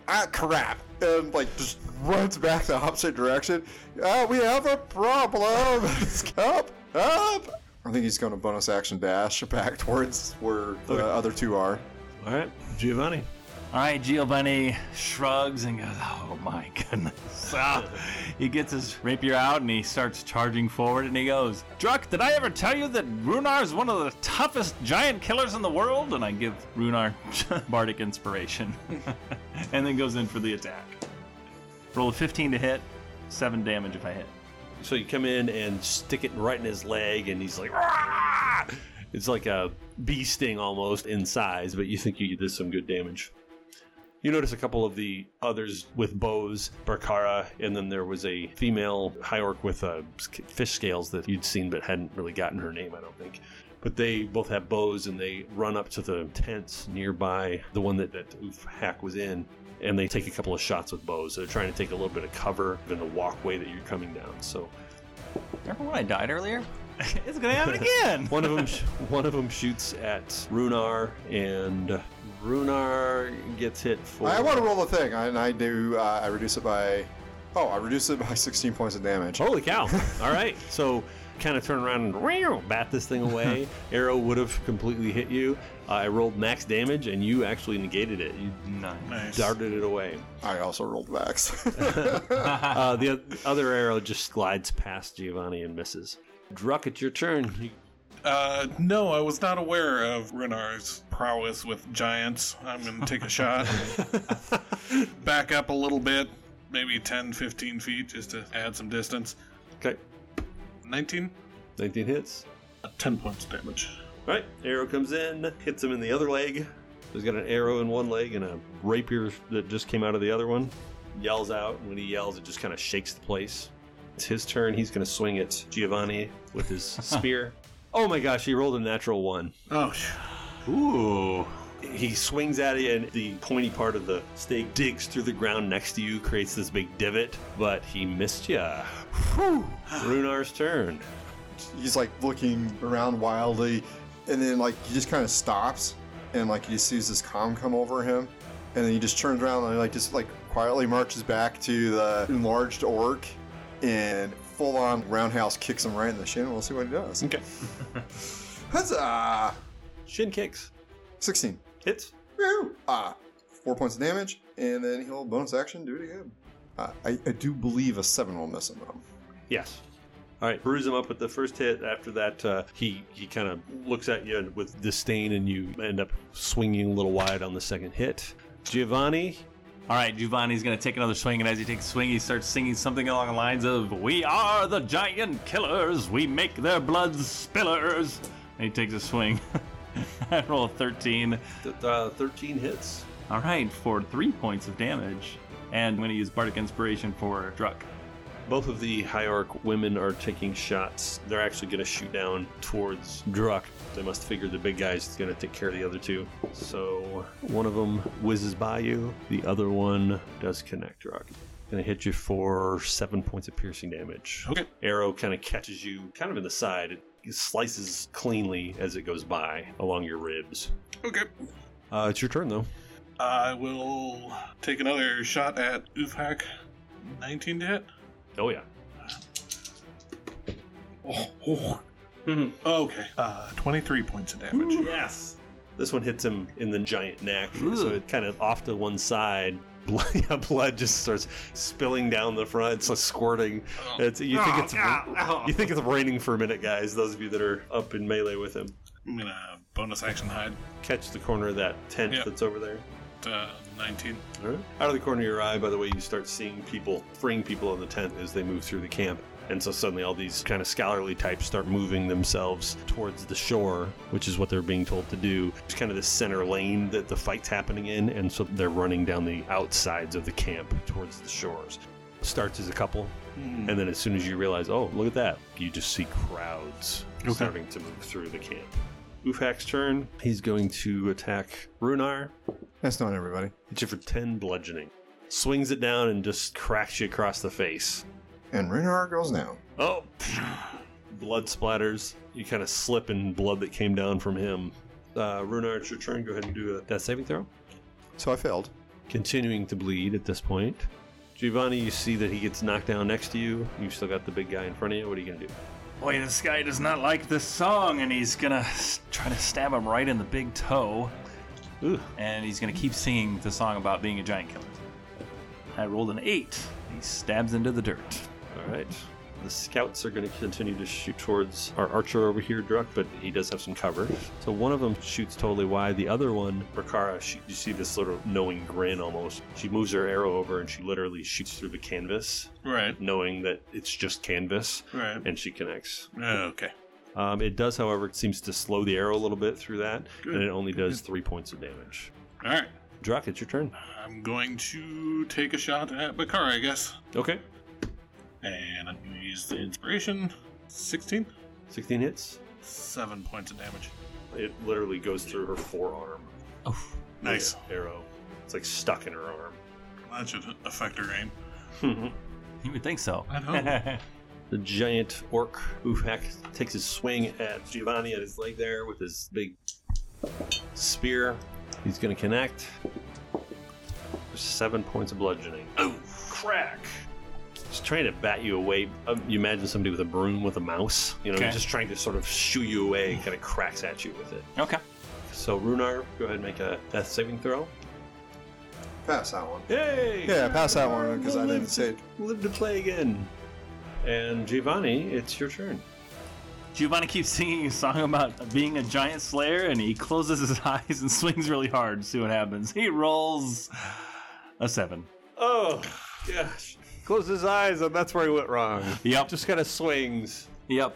S3: ah, crap!" and like just runs back the opposite direction. Uh, we have a problem. up, up. I think he's going to bonus action dash back towards where the other two are.
S2: All right, Giovanni.
S1: All right, Giovanni shrugs and goes, Oh my goodness. Ah. he gets his rapier out and he starts charging forward and he goes, Druck, did I ever tell you that Runar is one of the toughest giant killers in the world? And I give Runar bardic inspiration and then goes in for the attack. Roll a 15 to hit, 7 damage if I hit.
S2: So you come in and stick it right in his leg, and he's like, "Rah!" it's like a bee sting almost in size, but you think you did some good damage. You notice a couple of the others with bows, Barkara, and then there was a female high orc with uh, sc- fish scales that you'd seen but hadn't really gotten her name, I don't think. But they both have bows and they run up to the tents nearby, the one that, that Oof Hack was in, and they take a couple of shots with bows. They're trying to take a little bit of cover in the walkway that you're coming down. So
S1: Remember when I died earlier? it's gonna happen again!
S2: one of them, one of them shoots at Runar, and Runar gets hit for.
S3: I want to roll the thing, and I do. Uh, I reduce it by. Oh, I reduce it by 16 points of damage.
S2: Holy cow! All right, so kind of turn around and meow, bat this thing away. Arrow would have completely hit you. I rolled max damage, and you actually negated it. You
S1: Nice.
S4: Nice.
S2: darted it away.
S3: I also rolled max.
S2: Uh, the oth- other arrow just glides past Giovanni and misses. Druck, it's your turn. You-
S4: Uh, no, I was not aware of Renar's prowess with giants. I'm going to take a shot. Back up a little bit, maybe 10, 15 feet, just to add some distance.
S2: Okay,
S4: 19?
S2: 19 hits.
S4: 10 Uh, points damage.
S2: All right, arrow comes in, hits him in the other leg. He's got an arrow in one leg and a rapier that just came out of the other one. Yells out. When he yells, it just kind of shakes the place. It's his turn. He's going to swing at Giovanni with his spear. Oh my gosh, he rolled a natural one.
S4: Oh,
S1: Ooh.
S2: He swings at it, and the pointy part of the stake digs through the ground next to you, creates this big divot, but he missed ya. Runar's turn.
S3: he's like looking around wildly and then like he just kind of stops and like he just sees this calm come over him and then he just turns around and like just like quietly marches back to the enlarged orc and full on roundhouse kicks him right in the shin we'll see what he does
S2: Okay.
S3: huzzah
S2: Shin kicks.
S3: 16
S2: Hits.
S3: Woo! ah four points of damage and then he'll bonus action do it again uh, I, I do believe a seven will miss him though
S2: Yes. All right, bruise him up with the first hit. After that, uh, he he kind of looks at you with disdain, and you end up swinging a little wide on the second hit. Giovanni,
S1: All right, Giovanni's gonna take another swing, and as he takes a swing, he starts singing something along the lines of "We are the giant killers. We make their blood spillers." And he takes a swing. I roll a 13.
S2: Th- uh, 13 hits.
S1: All right, for three points of damage, and I'm gonna use bardic inspiration for Druck.
S2: Both of the Hierarch women are taking shots. They're actually going to shoot down towards Druck. They must figure the big guy's going to take care of the other two. So one of them whizzes by you, the other one does connect Druck. Going to hit you for seven points of piercing damage.
S4: Okay.
S2: Arrow kind of catches you kind of in the side. It slices cleanly as it goes by along your ribs.
S4: Okay.
S2: Uh, it's your turn, though.
S4: I will take another shot at Ufhak. 19 to hit.
S2: Oh, yeah.
S4: Oh, oh. okay. Uh, 23 points of damage.
S2: Yes. This one hits him in the giant neck, so it kind of off to one side. Blood, yeah, blood just starts spilling down the front, so squirting.
S4: Uh,
S2: It's, you think
S1: Oh,
S2: it's you think it's raining for a minute, guys. Those of you that are up in melee with him,
S4: I'm gonna bonus action hide
S2: catch the corner of that tent
S4: Yeah.
S2: that's over there.
S4: at uh, 19.
S2: All right. Out of the corner of your eye, by the way, you start seeing people freeing people in the tent as they move through the camp. And so suddenly all these kind of scholarly types start moving themselves towards the shore, which is what they're being told to do. It's kind of the center lane that the fight's happening in, and so they're running down the outsides of the camp towards the shores. Starts as a couple, and then as soon as you realize, oh, look at that, you just see crowds starting to move through the camp. Ufak's turn. He's going to attack Runar.
S3: That's not everybody.
S2: Hits you for 10 bludgeoning. Swings it down and just cracks you across the face.
S3: And Runar goes down.
S2: Oh! blood splatters. You kind of slip in blood that came down from him. Uh, Runar, it's your turn. Go ahead and do a death saving throw.
S3: So I failed.
S2: Continuing to bleed at this point. Giovanni, you see that he gets knocked down next to you. You still got the big guy in front of you. What are you going to do?
S1: Boy, this guy does not like this song, and he's gonna s- try to stab him right in the big toe,
S2: Ooh,
S1: and he's gonna keep singing the song about being a giant killer. I rolled an eight. He stabs into the dirt.
S2: all right. The scouts are going to continue to shoot towards our archer over here, Druck, but he does have some cover. So one of them shoots totally wide. The other one, Rakara, she, you see this sort of knowing grin almost. She moves her arrow over and she literally shoots through the canvas,
S4: Right.
S2: knowing that it's just canvas,
S4: Right.
S2: and she connects.
S4: Oh, Okay.
S2: Um, it does, however, it seems to slow the arrow a little bit through that,
S4: Good.
S2: and it only does three points of damage.
S4: All right.
S2: Druck, it's your turn.
S4: I'm going to take a shot at Bakara, I guess.
S2: Okay.
S4: And I'm going to use the inspiration. 16?
S2: 16 hits.
S4: 7 points of damage.
S2: It literally goes through her forearm.
S4: Nice.
S2: Arrow. It's like stuck in her arm.
S4: That should affect her aim.
S2: Mm-hmm.
S1: You would think so.
S4: I know.
S2: The giant orc Ufak takes his swing at Giovanni at his leg there with his big spear. He's going to connect. Seven points of bludgeoning. Oh, crack! Just trying to bat you away. Um, you imagine somebody with a broom with a mouse. You know,
S1: Okay.
S2: just trying to sort of shoo you away. Kind of cracks at you with it.
S1: okay.
S2: So Runar, go ahead and make a death saving throw.
S3: Pass that one.
S2: Yay!
S3: Yeah, pass that one because I
S2: Live
S3: didn't
S2: to-
S3: say it.
S2: Live to play again. And Giovanni, it's your turn.
S1: Giovanni keeps singing a song about being a giant slayer, and he closes his eyes and swings really hard to see what happens. He rolls a seven.
S2: Oh, gosh. Closed his eyes, and that's where he went wrong.
S1: Yep.
S2: Just kind of swings.
S1: Yep.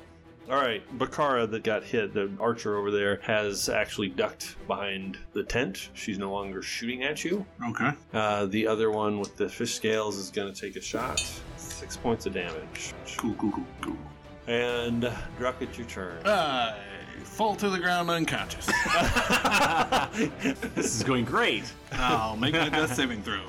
S2: All right, Bakara that got hit, the archer over there, has actually ducked behind the tent. She's no longer shooting at you.
S4: okay.
S2: Uh, the other one with the fish scales is going to take a shot. Six points of damage.
S4: Cool, cool, cool, cool.
S2: And Druck, it's your turn.
S4: I fall to the ground unconscious.
S1: This is going great.
S4: I'll make my death saving throw.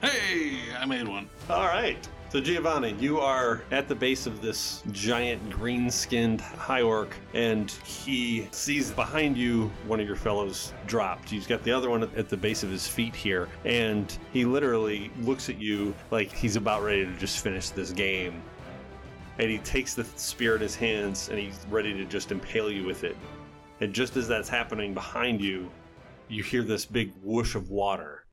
S4: Hey, I made one.
S2: All right. So, Giovanni, you are at the base of this giant green skinned high orc, and he sees behind you one of your fellows dropped. He's got the other one at the base of his feet here, and he literally looks at you like he's about ready to just finish this game. And he takes the spear in his hands and he's ready to just impale you with it. And just as that's happening behind you, you hear this big whoosh of water.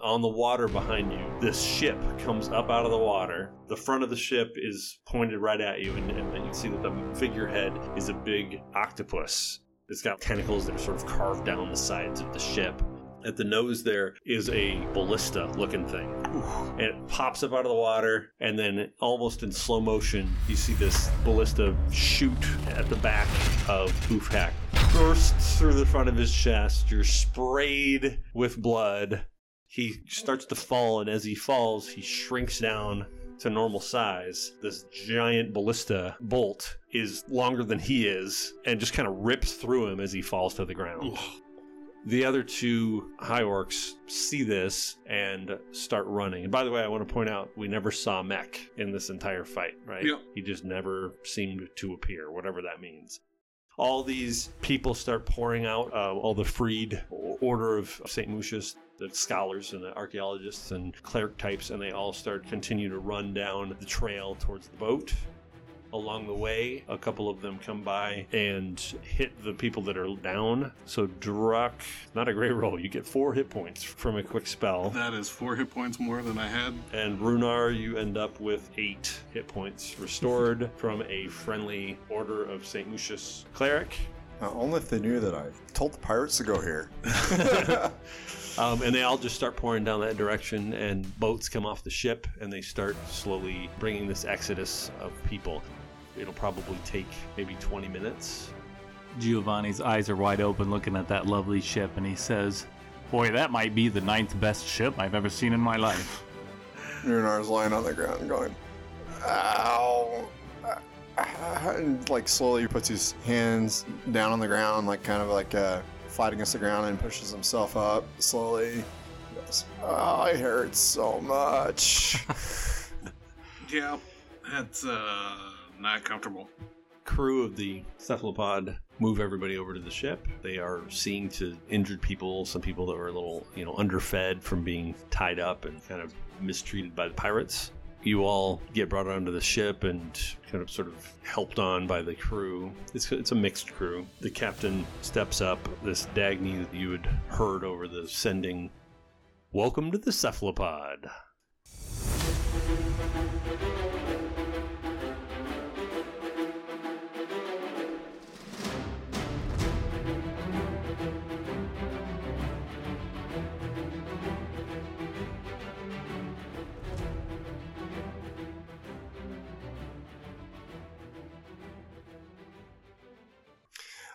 S2: on the water behind you. This ship comes up out of the water. The front of the ship is pointed right at you, and, and then you see that the figurehead is a big octopus. It's got tentacles that are sort of carved down the sides of the ship. At the nose, there is a ballista looking thing. And it pops up out of the water, and then almost in slow motion, you see this ballista shoot at the back of Boofhack. Bursts through the front of his chest. You're sprayed with blood. He starts to fall, and as he falls, he shrinks down to normal size. This giant ballista bolt is longer than he is and just kind of rips through him as he falls to the ground. The other two high orcs see this and start running. And by the way, I want to point out we never saw Mech in this entire fight, right?
S4: Yep.
S2: He just never seemed to appear, whatever that means. All these people start pouring out, uh, all the freed order of St. Lucius, the scholars and the archaeologists and cleric types, and they all start continue to run down the trail towards the boat. Along the way, a couple of them come by and hit the people that are down. So Druck, not a great roll. You get four hit points from a quick spell.
S4: That is four hit points more than I had.
S2: And Runar, you end up with eight hit points restored from a friendly Order of St. Lucius cleric.
S3: Now, only if they knew that I told the pirates to go here.
S2: Um, and they all just start pouring down that direction, and boats come off the ship, and they start slowly bringing this exodus of people. It'll probably take maybe 20 minutes.
S1: Giovanni's eyes are wide open looking at that lovely ship, and he says, Boy, that might be the ninth best ship I've ever seen in my life.
S3: Runar's lying on the ground going, ow. ah," And like slowly puts his hands down on the ground, like kind of like uh, flat against the ground and pushes himself up slowly. He goes, oh, it hurts so much.
S4: Yeah, that's uh, not comfortable.
S2: Crew of the cephalopod move everybody over to the ship. They are seeing to injured people, some people that were a little, you know, underfed from being tied up and kind of mistreated by the pirates. You all get brought onto the ship and kind of sort of helped on by the crew. It's, it's a mixed crew. The captain steps up, this Dagny that you had heard over the sending. Welcome to the cephalopod.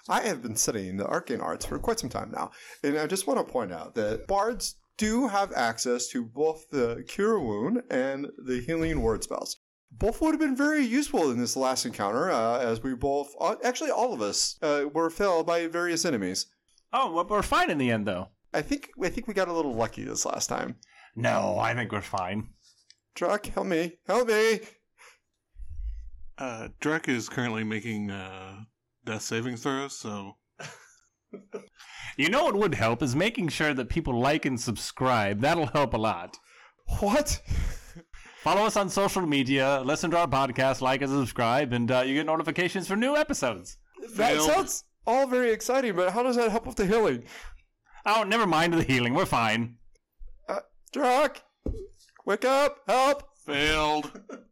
S3: I have been studying the arcane arts for quite some time now, and I just want to point out that bards do have access to both the cure wound and the healing word spells. Both would have been very useful in this last encounter, uh, as we both, uh, actually, all of us, uh, were felled by various enemies.
S1: Oh, well, we're fine in the end, though.
S3: I think I think we got a little lucky this last time.
S1: No, I think we're fine.
S3: Truck, help me, help me!
S4: Uh, Drek is currently making uh, death saving throws, so
S1: You know what would help is making sure that people like and subscribe. That'll help a lot.
S3: What?
S1: Follow us on social media, listen to our podcast, like and subscribe, and uh, you get notifications for new episodes.
S3: That
S4: Failed.
S3: sounds all very exciting, but how does that help with the healing?
S1: Oh, never mind the healing. We're fine.
S3: Truck, wake up, help!
S4: failed.